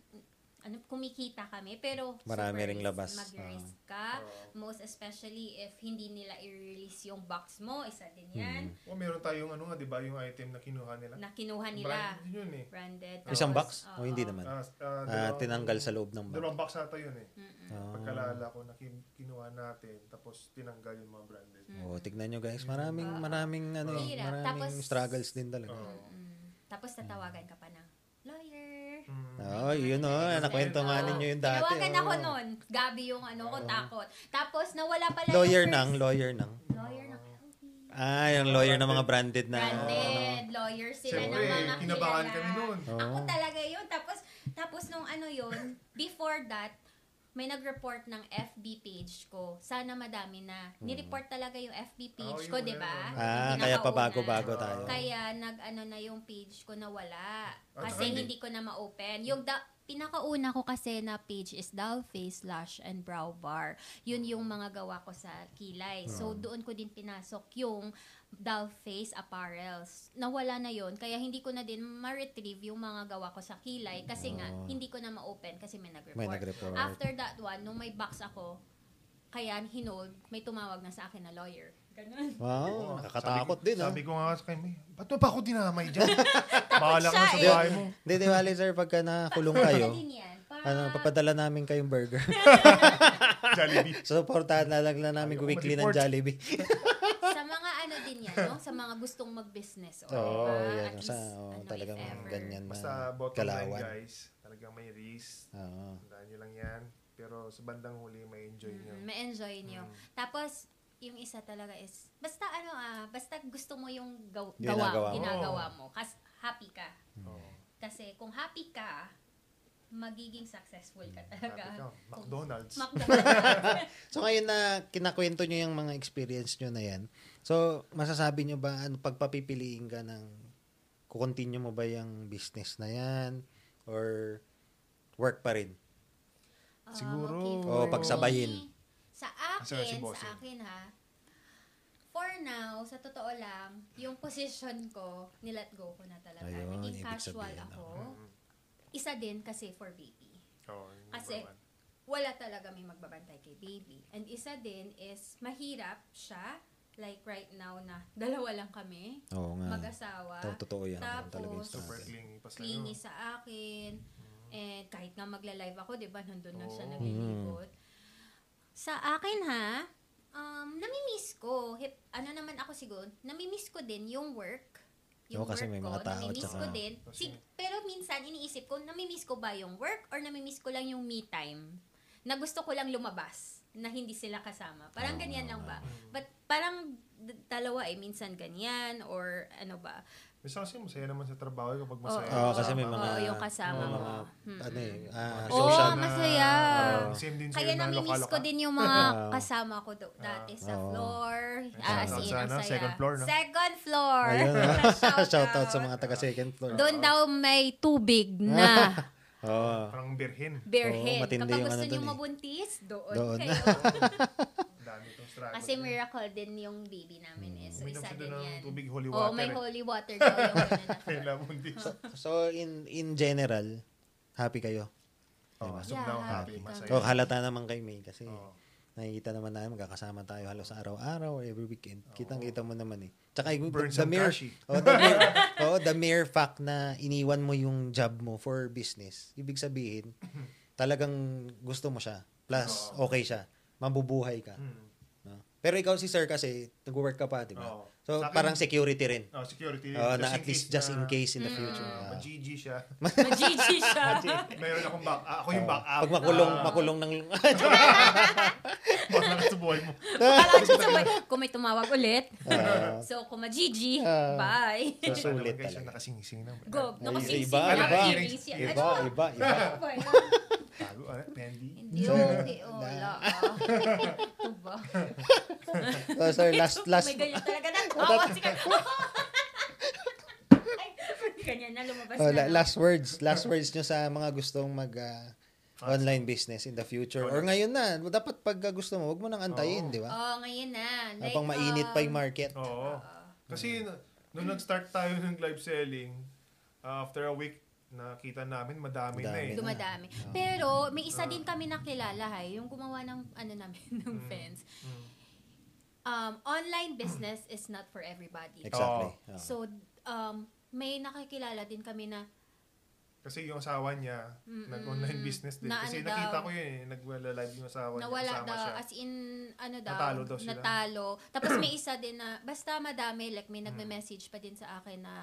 S3: ano, kumikita kami, pero
S1: Marami
S3: super
S1: ring
S3: risk.
S1: labas. Ah.
S3: Mag-risk ka.
S2: Oo.
S3: Most especially if hindi nila i-release yung box mo, isa din
S1: Hmm.
S3: yan,
S2: O, meron tayong ano nga, di ba, yung item na kinuha nila?
S3: na kinuha nila.
S2: Branded yun eh.
S3: Branded.
S1: Isang
S3: Tapos,
S1: box? O hindi
S3: oo.
S1: naman.
S2: Ah, ah,
S1: Ah,
S2: dalawang-
S1: tinanggal sa loob ng bag.
S2: Dalawang box ata yun eh.
S3: Mm-mm.
S1: Ah.
S2: Pagkalala ko na kin- kinuha natin, tapos tinanggal yung mga branded.
S3: Mm.
S1: Oh, tignan nyo guys, maraming
S3: Oo.
S1: maraming ano, eh,
S3: Hirap.
S1: maraming
S3: Ah, Tapos-
S1: struggles din talaga.
S2: Oo.
S3: Mm-mm. Tapos tatawagan
S1: Hmm.
S3: ka pa ng lawyer.
S2: Mm.
S1: Oh, yun oh, nakwento nga
S3: Oo.
S1: ninyo yung dati.
S3: Tinawagan ako
S1: oh.
S3: noon. Gabi yung ano ko, takot. Tapos nawala pala
S1: Lawyer
S3: yung
S1: nang,
S3: first-
S1: lawyer nang.
S3: Lawyer ng LV.
S1: Ah, yung lawyer ng mga branded na. ano,
S3: Branded, lawyer sila ng
S2: Siyempre,
S3: mga
S2: kinabahan
S3: kilala.
S2: kami noon.
S1: Oo.
S3: Ako talaga yun. Tapos, tapos nung ano yun, before that, may nag-report ng FB page ko. Sana madami na. Ni-report talaga yung FB page ko,
S2: Oh,
S3: di
S2: yun,
S3: ba?
S2: yun.
S1: Hmm. Ah,
S3: Yung
S1: kaya
S3: pinakauna.
S1: pabago-bago
S2: Oo.
S1: tayo.
S3: Kaya nag-ano na yung page ko na wala.
S2: Ah,
S3: Kasi
S2: tsaka
S3: hindi ko na ma-open. Yung da- pinakauna ko kasi na page is Doll Face Lash and Brow Bar. Yun yung mga gawa ko sa kilay. So,
S1: Hmm.
S3: doon ko din pinasok yung Doll Face Apparels. Nawala na yun. Kaya hindi ko na din ma-retrieve yung mga gawa ko sa kilay. Kasi nga,
S1: Oh.
S3: hindi ko na ma-open kasi may nag-report.
S1: May nag-report.
S3: After that one, nung may box ako, kaya hinold, may tumawag na sa akin na lawyer. Ganun.
S2: Oo,
S1: Wow, nakakatakot
S2: sabi ko-
S1: din ah.
S2: Sabi ko nga sa kanya, ba't mo pa ako dinamay dyan? Bahala ka na sa
S3: siya eh.
S2: bahay mo.
S1: Hindi, di bali sir, pagka nakulong kayo,
S3: Ano din yan? Pa-
S1: ano, papadala namin kayong burger.
S2: Jollibee.
S1: Suportahan na lang na namin
S2: Ayoko
S1: weekly ng
S2: mag-report.
S1: Jollibee.
S3: sa mga ano din yan, no? Sa mga gustong mag-business.
S1: Oo,
S3: oh,
S1: oh,
S3: diba?
S1: yan. Sa, oh,
S3: ano, if
S1: talagang
S3: ever.
S1: ganyan na
S2: Basta bottom line
S1: kalawan. Ah.
S2: guys, talagang may risk.
S1: Oo.
S2: Tandaan nyo lang yan. Pero sa bandang huli, may enjoy nyo.
S3: Mm, ma-enjoy niyo. Tapos, yung isa talaga is, basta ano ah, basta gusto mo yung gaw-
S1: Ginagawa
S3: gawa,
S1: mo.
S3: ginagawa mo. Kas, happy ka.
S1: Hmm.
S2: Oo.
S3: Kasi kung happy ka, magiging successful ka
S2: Mm, Happy ka.
S3: talaga.
S2: McDonald's.
S3: McDonald's.
S1: So ngayon na kinakwento nyo yung mga experience nyo na yan, so masasabi nyo ba, ano, pagpapipiliin ka ng, kukontinue mo ba yung business na yan? Or work pa rin?
S3: Um,
S2: Siguro.
S1: O,
S3: for
S1: pagsabayin.
S3: me, Sa
S2: Kasi si
S3: akin,
S2: bossing.
S3: sa akin ha, for now, sa totoo lang, yung position ko, nilet go ko na talaga.
S1: Ayun,
S3: Naging
S1: ibig
S3: casual
S1: sabihin,
S3: ako.
S2: Mm.
S3: Isa din kasi for baby.
S2: Oo, yun
S3: Oh.
S2: yung
S3: Kasi-
S2: number one.
S3: Wala talaga may magbabantay kay baby. And isa din is, mahirap siya, like right now na dalawa lang kami,
S1: Oo nga.
S3: mag-asawa.
S1: To- Ah, totoo yan. Ganun talaga yung
S3: Tapos,
S2: super
S1: struggle.
S2: clingy pa sa'yo.
S3: clingy sa akin. And kahit nga magla-live ako, di ba, nandun lang siya
S2: Oo.
S3: naglilipot. Sa akin ha, um, namimiss ko. Hip, ano naman ako siguro, namimiss ko din yung work.
S1: Oo,
S3: Yung
S1: kasi
S3: work
S1: may
S3: ko,
S1: mga tao,
S3: namimiss
S1: tsaka-
S3: ko din.
S2: Kasi-
S3: Sig- pero minsan, iniisip ko, namimiss ko ba yung work or namimiss ko lang yung me time? Na gusto ko lang lumabas na hindi sila kasama. Parang
S1: Oo,
S3: ganyan
S1: oo,
S3: lang ba? But parang d- dalawa eh, minsan ganyan or ano ba.
S2: Minsan kasi masaya naman sa trabaho kapag masaya.
S1: Oo,
S3: Oo,
S2: ka
S1: kasi may
S2: sa
S1: mga...
S3: oo, yung kasama
S1: oo,
S3: mo.
S1: mga,
S3: Mm-mm.
S1: Ano eh, ah,
S2: mga
S3: Oo,
S1: social.
S2: na-
S3: masaya.
S2: Oo, Same din sa'yo
S3: Kaya
S2: na
S3: namimiss
S2: lokal
S3: ko
S2: ka.
S3: din yung mga
S1: Oo.
S3: kasama ko do- dati sa
S1: Oo.
S3: floor.
S2: Shout
S3: Ah, as
S2: out
S3: in,
S2: sana,
S3: ang saya.
S2: second floor, no?
S3: Second floor.
S1: Ayun, ah,
S3: Shout
S1: shout out
S3: out.
S1: sa mga taga second floor.
S3: Doon daw may tubig na
S1: Oo.
S2: Parang birhin.
S3: berhen.
S1: Oo, matindi
S3: Kapag
S1: yung
S3: gusto
S1: ano
S3: niyong
S1: dun eh.
S3: mabuntis, doon,
S1: Doon.
S3: kayo.
S2: Ang Dami itong struggle.
S3: Kasi miracle din yung baby namin eh. So,
S2: Mm. Uminom
S3: isa
S2: siya
S3: din
S2: doon ng
S3: yan.
S2: tubig, holy
S3: Oo,
S2: water.
S3: may holy water daw yung ano na
S2: Kaya lamundi.
S1: So, in in general, happy kayo?
S2: Oh,
S1: Diba?
S2: as of
S3: Yeah,
S2: now,
S3: happy
S2: happy.
S3: ka.
S2: Masaya.
S1: So, halata naman kay May kasi
S2: Oo.
S1: nakikita naman namin magkakasama tayo halos araw-araw every weekend. Kitang-kita mo naman eh. Tsaka yung
S2: Burn
S1: the
S2: some
S1: mere,
S2: cash eh.
S1: oh, the mere, oh, the mere fact na iniwan mo yung job mo for business, ibig sabihin, talagang gusto mo siya. Plus, okay siya. Mabubuhay ka.
S2: Hmm.
S1: No? Pero ikaw si sir kasi, nag-work ka pa, di ba? Diba?
S2: Oo.
S1: So, So,
S2: Sa akin-
S1: parang security rin.
S2: Oh, security.
S1: Oh,
S2: Just
S1: na
S2: in
S1: at least
S2: case
S1: just
S2: na-
S1: in case in the
S3: Mm.
S1: future.
S2: Ah,
S1: Ah.
S2: Mag-GG siya.
S3: Majiji siya.
S2: Mayroon akong back, ah, ako yung
S1: Ah,
S2: backup.
S1: Pag makulong,
S2: Ah,
S1: makulong ng...
S2: Baka lang sa buhay mo.
S3: Parang siya sabay, kung may tumawag ulit.
S1: Ah.
S3: So, kung majiji,
S1: Ah.
S3: bye.
S1: So, sulit
S2: Guys, yung
S1: talaga.
S2: nakasingsing na.
S3: Go,
S1: Ay,
S3: nakasingsing
S1: iba,
S3: yan.
S1: iba,
S3: Earrings yan.
S1: iba,
S3: Ano?
S1: iba, iba.
S3: Boy,
S2: Tago, ah, Pendy.
S3: Hindi,
S1: So,
S3: hindi. Oh, wala. ah. Ito ba?
S1: So, Oh, sorry, last, last,
S3: May ganyan talaga na. Tawa si Kat. Ay, may ganyan na lumabas
S1: oh,
S3: na.
S1: la- last words, last words nyo sa mga gustong mag ah, online business in the future. Or ngayon na, dapat pag gusto mo, huwag mo nang antayin,
S2: Oo.
S1: di ba?
S3: Oh, ngayon na. Like,
S1: Habang mainit pa yung
S3: um,
S1: market.
S2: Oo. Kasi n- nung nag-start tayo ng live selling, ah, after a week, nakita namin madami na
S1: Madami
S2: eh.
S1: na.
S3: Dumadami. Pero may isa
S1: Ah.
S3: din kami nakilala ha, yung gumawa ng ano namin ng
S2: Mm.
S3: fence.
S2: Mm.
S3: Um, online business is not for everybody.
S1: Exactly. Oh.
S3: So um may nakikilala din kami na
S2: Kasi yung asawa niya,
S3: Mm-mm.
S2: nag-online business din.
S3: Na
S2: Kasi
S3: ano daw.
S2: nakita ko yun eh, nagwala-live yung asawa niya,
S3: nawala
S2: kasama
S3: daw
S2: siya.
S3: as in ano daw
S2: Natalo daw sila.
S3: natalo. Tapos may isa din na basta madami like
S2: Mm.
S3: may nagme-message pa din sa akin na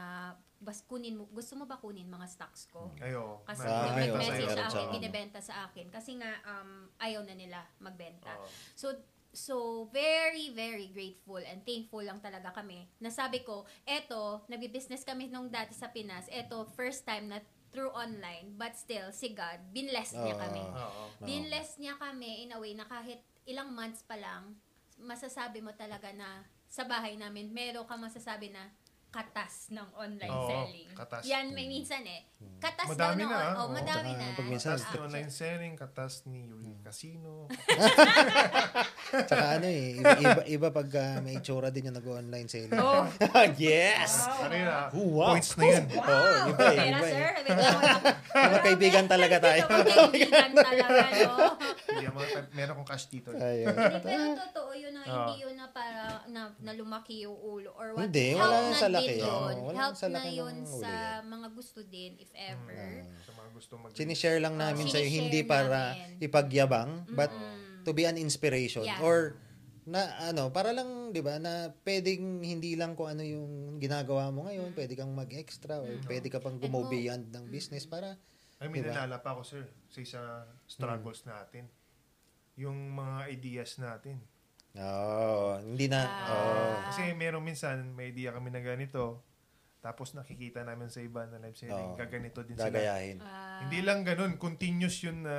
S3: bas kunin mo gusto mo ba kunin mga stocks ko?
S2: Ayo.
S3: Kasi
S1: Ah,
S3: yung
S1: ayun,
S3: nag-message
S1: ayun,
S3: sa akin,
S1: ayun.
S3: binibenta sa akin. Kasi nga, um, ayaw na nila magbenta.
S2: Oo.
S3: So, so very, very grateful and thankful lang talaga kami. Nasabi ko, eto, nagbi-business kami nung dati sa Pinas. Eto, first time na through online, but still, si God, binless niya
S1: Oo.
S3: kami.
S2: Oo.
S3: Binless niya kami in a way na kahit ilang months pa lang, masasabi mo talaga na sa bahay namin, meron ka masasabi na katas ng online
S2: Oo,
S3: selling.
S2: katas.
S3: Yan, may minsan eh. Katas
S2: Madami
S3: daw
S2: na,
S3: noon.
S2: ah.
S3: Oh,
S2: Oo,
S3: madami
S1: tsaka
S3: na.
S1: pag Hmm. minsan-
S2: Katas
S3: Ah,
S2: ni online selling, katas ni
S1: Hmm.
S2: Yuri Casino.
S1: Tsaka ano eh, iba, iba, iba pag ah, may itsura din yung nag-online selling.
S3: Oh.
S1: yes!
S2: Ano yun ah?
S1: Oh, wow.
S2: Points na yun.
S3: Wow!
S1: Oo, iba eh,
S3: Pera,
S1: iba eh.
S3: sir. May dalawa na-
S1: Magkaibigan talaga tayo.
S3: Magkaibigan talaga, no?
S2: Hindi, ako- meron akong cash dito. eh.
S1: Ayun.
S3: Hindi, pero
S1: Ah.
S3: totoo yun na hindi
S2: Oo.
S3: yun na para na, na lumaki yung ulo or what.
S1: Hindi,
S3: Help
S1: wala
S3: na
S1: sa laki
S3: din
S1: yan.
S3: yun.
S1: Oo, wala
S3: Help
S1: sa
S3: na
S1: laki ng Mm.
S3: yun
S1: ulo
S3: sa
S1: yan.
S3: mga gusto din, if ever.
S2: Sa mga gusto mag-
S1: Sinishare lang namin
S3: Oh,
S1: sa'yo, hindi
S3: sinishare
S1: para
S3: namin.
S1: ipagyabang, but
S3: Mm.
S1: to be an inspiration.
S3: Yeah.
S1: Or, na ano, para lang, di ba, na pwedeng hindi lang kung ano yung ginagawa mo ngayon, pwede kang mag-extra, or pwede ka pang
S3: Mm. mo- Mm.
S1: gumo beyond ng business para,
S2: Ay, may
S1: Diba?
S2: nanala pa ako, sir, sa isa struggles
S1: Hmm.
S2: natin. Yung mga ideas natin.
S1: oh, hindi na,
S3: Ah.
S1: oh.
S2: Kasi meron minsan, may idea kami na ganito, tapos nakikita namin sa iba na live
S1: Oo.
S2: selling, gaganito din sila.
S1: gagayahin.
S3: Ah,
S2: Hindi lang ganun, continuous yun na,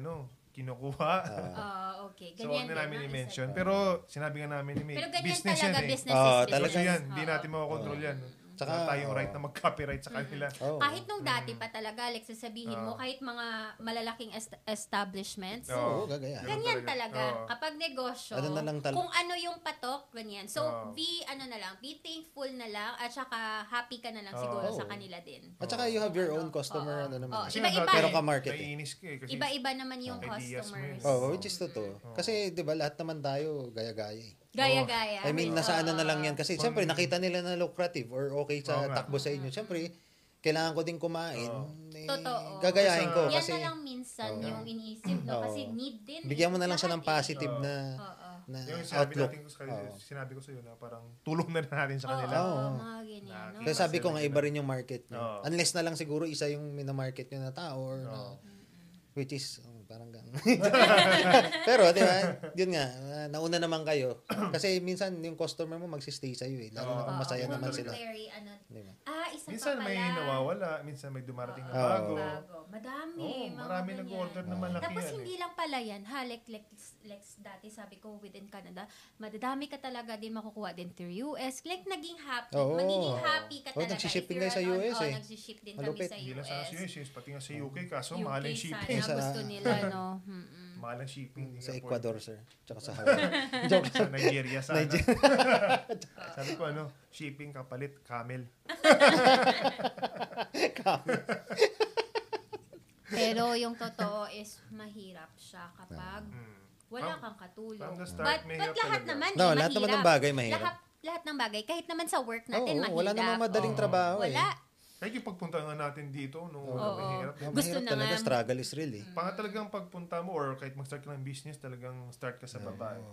S2: ano, kinukuha.
S1: Oh.
S3: ah, okay.
S2: so, huwag
S3: Ganyan
S2: na
S3: din,
S2: namin
S3: no?
S2: i-mention. Pero, sinabi nga namin, may
S3: Pero ganyan
S2: business
S3: talaga,
S2: yan eh.
S3: business
S1: Oo,
S3: is
S1: talaga Oh.
S2: Talaga
S3: business.
S2: yan, hindi
S3: Oo.
S2: natin makakontrol yan.
S1: Tsaka, oh.
S2: Tsaka, tayong right
S1: oo.
S2: na mag-copyright sa kanila.
S1: oh.
S3: Kahit nung dati pa talaga, like sasabihin mo,
S2: Oo.
S3: kahit mga malalaking est- establishments,
S2: Oo.
S1: Oo, gagayahin.
S2: Ganun
S3: Ganyan
S2: talaga.
S3: talaga.
S2: Oo.
S3: Kapag negosyo,
S1: Ano na lang tal-
S3: kung ano yung patok, ganyan. So,
S2: Oo.
S3: be, ano na lang, be thankful na lang at saka happy ka na lang
S2: Oo.
S3: siguro
S1: Oo.
S3: sa kanila din.
S1: At saka you have your own customer,
S3: Oo.
S1: ano naman.
S3: Oo,
S1: eh.
S3: Kasi Iba-iba.
S1: Pero ka market eh.
S2: Naiinis ka eh. Kasi
S3: Iba-iba naman yung
S2: Ideas mo eh. yun.
S3: customers.
S1: Oh, which is totoo.
S2: Oo.
S1: Kasi, di ba, lahat naman tayo gaya-gaya eh.
S3: Gaya-gaya.
S1: I mean,
S3: Oo.
S1: nasa ano na lang yan. Kasi,
S2: Pang-
S1: siyempre, nakita nila na lucrative or okay sa
S2: Oo nga.
S1: takbo sa inyo. Siyempre, kailangan ko din kumain.
S2: Oo.
S1: Eh,
S3: Totoo.
S1: Gagayahin ko
S3: Yan
S1: kasi
S3: na lang minsan
S1: Oo.
S3: yung iniisip,
S1: Oo.
S3: no? Kasi need din.
S1: bigyan mo na lang siya ng
S3: Lahat eh.
S1: positive
S2: Oo.
S1: na,
S3: Oo.
S1: na
S2: Yung sinabi
S1: outlook.
S2: natin ko sa kanila,
S1: Oo.
S2: sinabi ko sa iyo na parang tulong na natin sa kanila.
S3: Oo,
S1: Oo.
S3: mga ganyan. no?
S1: Kaya sabi ko nga, iba rin yung market nyo.
S2: Oo.
S1: Unless na lang siguro isa yung minamarket nyo na tao or na,
S2: Oo.
S1: which is, oh, parang ganun. Pero, di ba, yun nga, na- nauna naman kayo. Kasi minsan, yung customer mo magsistay sa'yo eh. Lalo na
S2: Oo.
S1: kung masaya
S3: Oo,
S1: naman
S3: kung
S1: sila.
S3: very, ano,
S1: Di ba?
S3: ah, isa
S2: Minsan
S3: pa pala.
S2: may nawawala, minsan may dumarating na
S1: Oo.
S2: bago.
S3: Bago. Madami.
S2: Oo,
S3: mga
S2: marami
S3: ganyan.
S2: nag-order na
S1: Oo.
S2: malaki
S3: Tapos
S2: yan
S3: hindi
S2: eh.
S3: lang pala yan, ha? Like, like, like dati sabi ko within Canada, madadami ka talaga din makukuha din through US. Like, naging happy.
S1: Oo.
S3: Magiging happy ka
S1: Oo,
S3: talaga.
S1: nagsiship
S3: if
S1: din
S3: you're
S1: kayo sa
S3: an-
S1: US
S3: oo,
S1: eh.
S3: nagsiship din
S1: Malupit.
S3: kami
S2: Hindi lang
S3: sa
S2: sa
S3: US.
S2: US, pati nga sa UK, kaso mahal
S3: UK
S2: ang shipping.
S3: sana
S1: Sa-
S3: gusto nila, no? Mm-mm.
S2: Mahal ang shipping. hindi
S1: Sa
S2: ka
S1: Ecuador, sir. Tsaka sa Hawaii.
S2: afford. Sa Nigeria sana. Sabi ko ano, shipping kapalit, camel.
S3: Pero yung totoo is mahirap siya kapag
S1: Mm.
S2: Hmm.
S3: wala
S2: From-
S3: kang katulong.
S2: from the start,
S3: But,
S2: mahirap
S3: but lahat
S2: talaga.
S3: naman,
S1: No,
S3: eh,
S1: lahat naman ng
S3: mahirap.
S1: bagay mahirap.
S3: Lahat, lahat ng bagay. Kahit naman sa work natin,
S1: Oo,
S3: mahirap.
S1: wala namang madaling trabaho eh.
S3: Wala.
S2: Kaya yung pagpunta nga natin dito, no,
S3: Oo.
S2: mahirap.
S1: Oh,
S3: Gusto
S1: mahirap
S3: na
S1: talaga.
S3: nga.
S1: Struggle is real eh.
S3: Mm.
S2: Pang talagang pagpunta mo or kahit mag-start ka ng business, talagang start ka sa baba. eh.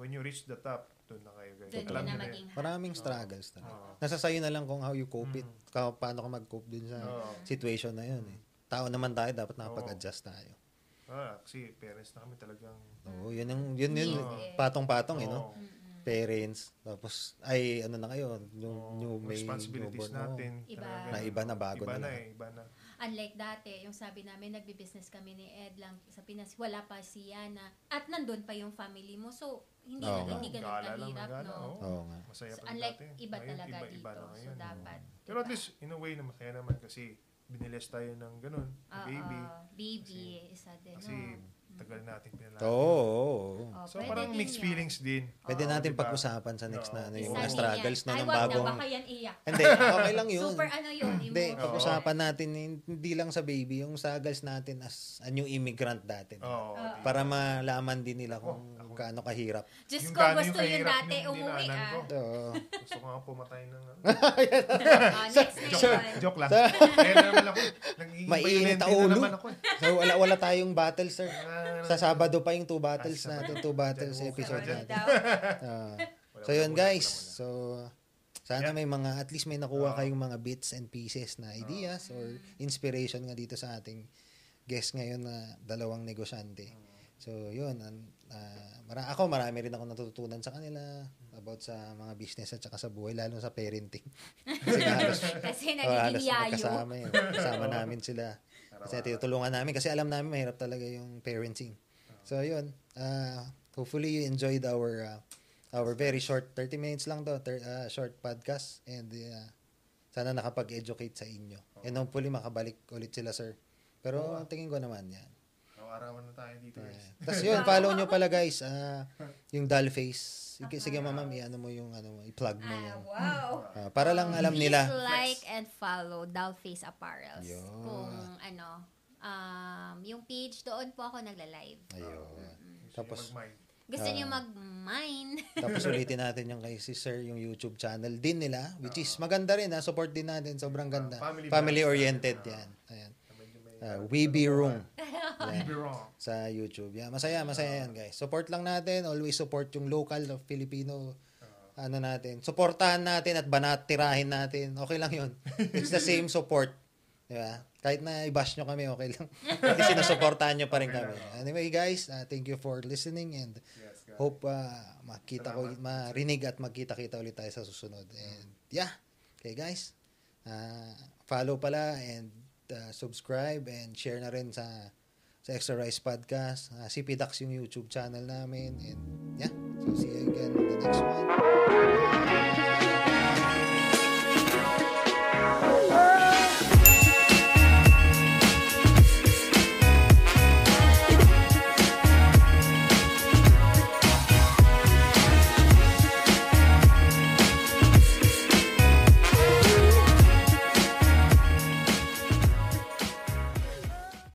S2: when you reach the top, doon na kayo guys.
S3: Doon
S1: Totoo.
S3: yun na
S2: nyo
S3: maging
S1: Maraming struggles talaga.
S2: Oo. Mm.
S1: Nasa sa'yo na lang kung how you cope it, ka, paano ka mag-cope dun sa
S2: Oo.
S1: situation na yun. Eh. Tao naman tayo, dapat nakapag-adjust tayo.
S2: Ah, kasi parents na kami talagang...
S1: Oo, yun ang, yun, yun,
S3: Mm. Yes.
S1: patong-patong, eh, no?
S2: Oo.
S1: Parents, tapos, ay, ano na kayo, new,
S2: Oo.
S1: new may
S2: responsibilities
S1: newborn, oo.
S2: natin.
S3: Iba.
S2: talagang-
S1: Na iba na, bago
S2: iba
S1: na
S2: na.
S1: lahat.
S2: eh, iba na.
S3: Unlike dati, yung sabi namin, nagbi-business kami ni Ed lang sa Pinas, wala pa si Yana. At nandun pa yung family mo. So, hindi,
S1: Oo nga.
S3: na, hindi ganun
S2: Gala lang,
S3: kahirap,
S2: gala,
S3: no?
S2: oo.
S1: Oo nga.
S2: Masaya
S3: So,
S2: pa rin
S3: unlike
S2: dati.
S3: iba
S2: Ngayon,
S3: talaga dito.
S2: iba-iba na
S3: so,
S2: ngayon, oo.
S3: dapat.
S2: Pero at least, in a way, na masaya naman kasi binilis tayo ng ganun,
S3: Oo,
S2: baby.
S3: Ah, baby, isa din.
S2: Kasi
S3: no?
S2: tagal natin pinalaki.
S1: Oo, oo, oo.
S3: Oh,
S2: So
S3: pwede
S2: parang
S3: din
S2: mixed
S3: yan.
S2: feelings din.
S1: Pwede
S2: Oo,
S1: natin
S2: diba?
S1: pag-usapan sa next na ano,
S3: Isa
S1: yung
S3: din
S1: mga
S3: yan.
S1: struggles na
S3: Ay,
S1: ng
S3: wag
S1: bagong...
S3: Na, baka yan iyak.
S1: Hindi, okay lang yun.
S3: Super ano yun,
S1: Hindi,
S3: emotional.
S1: pag-usapan natin, hindi lang sa baby, yung struggles natin as a new immigrant dati.
S2: Oo.
S3: Oo.
S1: Para malaman din nila kung kaano kahirap.
S3: Diyos
S2: Yung
S3: ko,
S2: gano'n yung
S3: gusto yun
S2: kahirap
S3: dati,
S2: yung
S3: umuwi
S2: dinaanan
S3: ah.
S2: ko.
S1: Oo.
S2: Gusto ko nga pumatay ng... ano.
S3: Oh, next, next
S2: joke, lang,
S3: one.
S2: joke lang. Kaya naman ako, nagiging
S1: Mainit
S2: violent
S1: ang
S2: na
S1: ulo.
S2: naman ako. eh.
S1: So, wala, wala tayong battles, sir.
S2: Ah,
S1: Sa Sabado pa yung two battles
S2: Ah,
S1: natin, two battles
S2: Dyan,
S1: episode
S3: Sarado
S1: natin.
S3: daw.
S1: Ah.
S2: wala,
S1: so,
S2: wala,
S1: yun
S2: wala,
S1: guys.
S2: wala, wala.
S1: So, sana may mga, at least may nakuha
S2: Oo.
S1: kayong mga bits and pieces na ideas or
S3: Mm.
S1: inspiration nga dito sa ating guest ngayon na dalawang negosyante. So, yun. an- ah, mara- ako, marami rin ako natututunan sa kanila about sa mga business at saka sa buhay, lalo sa parenting. Kasi halos
S3: Kasi
S1: Oo, halos
S3: nagiging yayo.
S1: magkasama yun. Kasama namin sila. Kasi tinutulungan namin. Kasi alam namin mahirap talaga yung parenting. So, yun. Uh, hopefully, you enjoyed our uh, our very short, 30 minutes lang to, thir- uh, short podcast. And uh, sana nakapag-educate sa inyo. And hopefully, makabalik ulit sila, sir. Pero tingin ko naman yan.
S2: Araw-arawan na tayo dito guys.
S1: Tapos yun, follow nyo pala guys, ah, yung Dollface. Sige, sige mamam, i-ano mo yung, ano, mo, i-plug mo
S3: Ah,
S1: yung,
S3: wow.
S1: ah, para lang alam nila.
S3: Please like and follow Dollface Apparels.
S1: Yun.
S3: Kung ano, um, yung page, doon po ako nagla-live.
S1: Ayun. Tapos-
S2: Tapos, mag
S3: Gusto
S1: Ah.
S3: niyo mag-mine?
S1: Tapos ulitin natin yung kay si Sir, yung YouTube channel din nila, which is maganda rin ha, support din natin, sobrang ganda.
S2: Ah, family
S1: Family-oriented
S2: vlogs natin,
S1: yan. Ayan.
S2: medyo may...
S1: Uh, Weeby Room
S2: Don't be wrong.
S1: sa YouTube. Yeah, masaya, masaya yan guys. Support lang natin, always support yung local of Filipino
S2: Ah,
S1: ano natin. Suportahan natin at banatirahin natin. Okay lang yun. It's the same support. Di ba? Kahit na i-bash nyo kami, okay lang. Kasi sinusuportahan nyo pa rin kami. Anyway guys, uh, thank you for listening and
S2: Yes, guys.
S1: Hope ah, makita ko,
S2: Salamat.
S1: marinig at magkita-kita ulit tayo sa susunod. And yeah, okay guys, ah, follow pala and ah, subscribe and share na rin sa sa Extra Rice Ah, Podcast. Uh, si Pidax yung YouTube channel namin. And yeah, so see you again on the next one.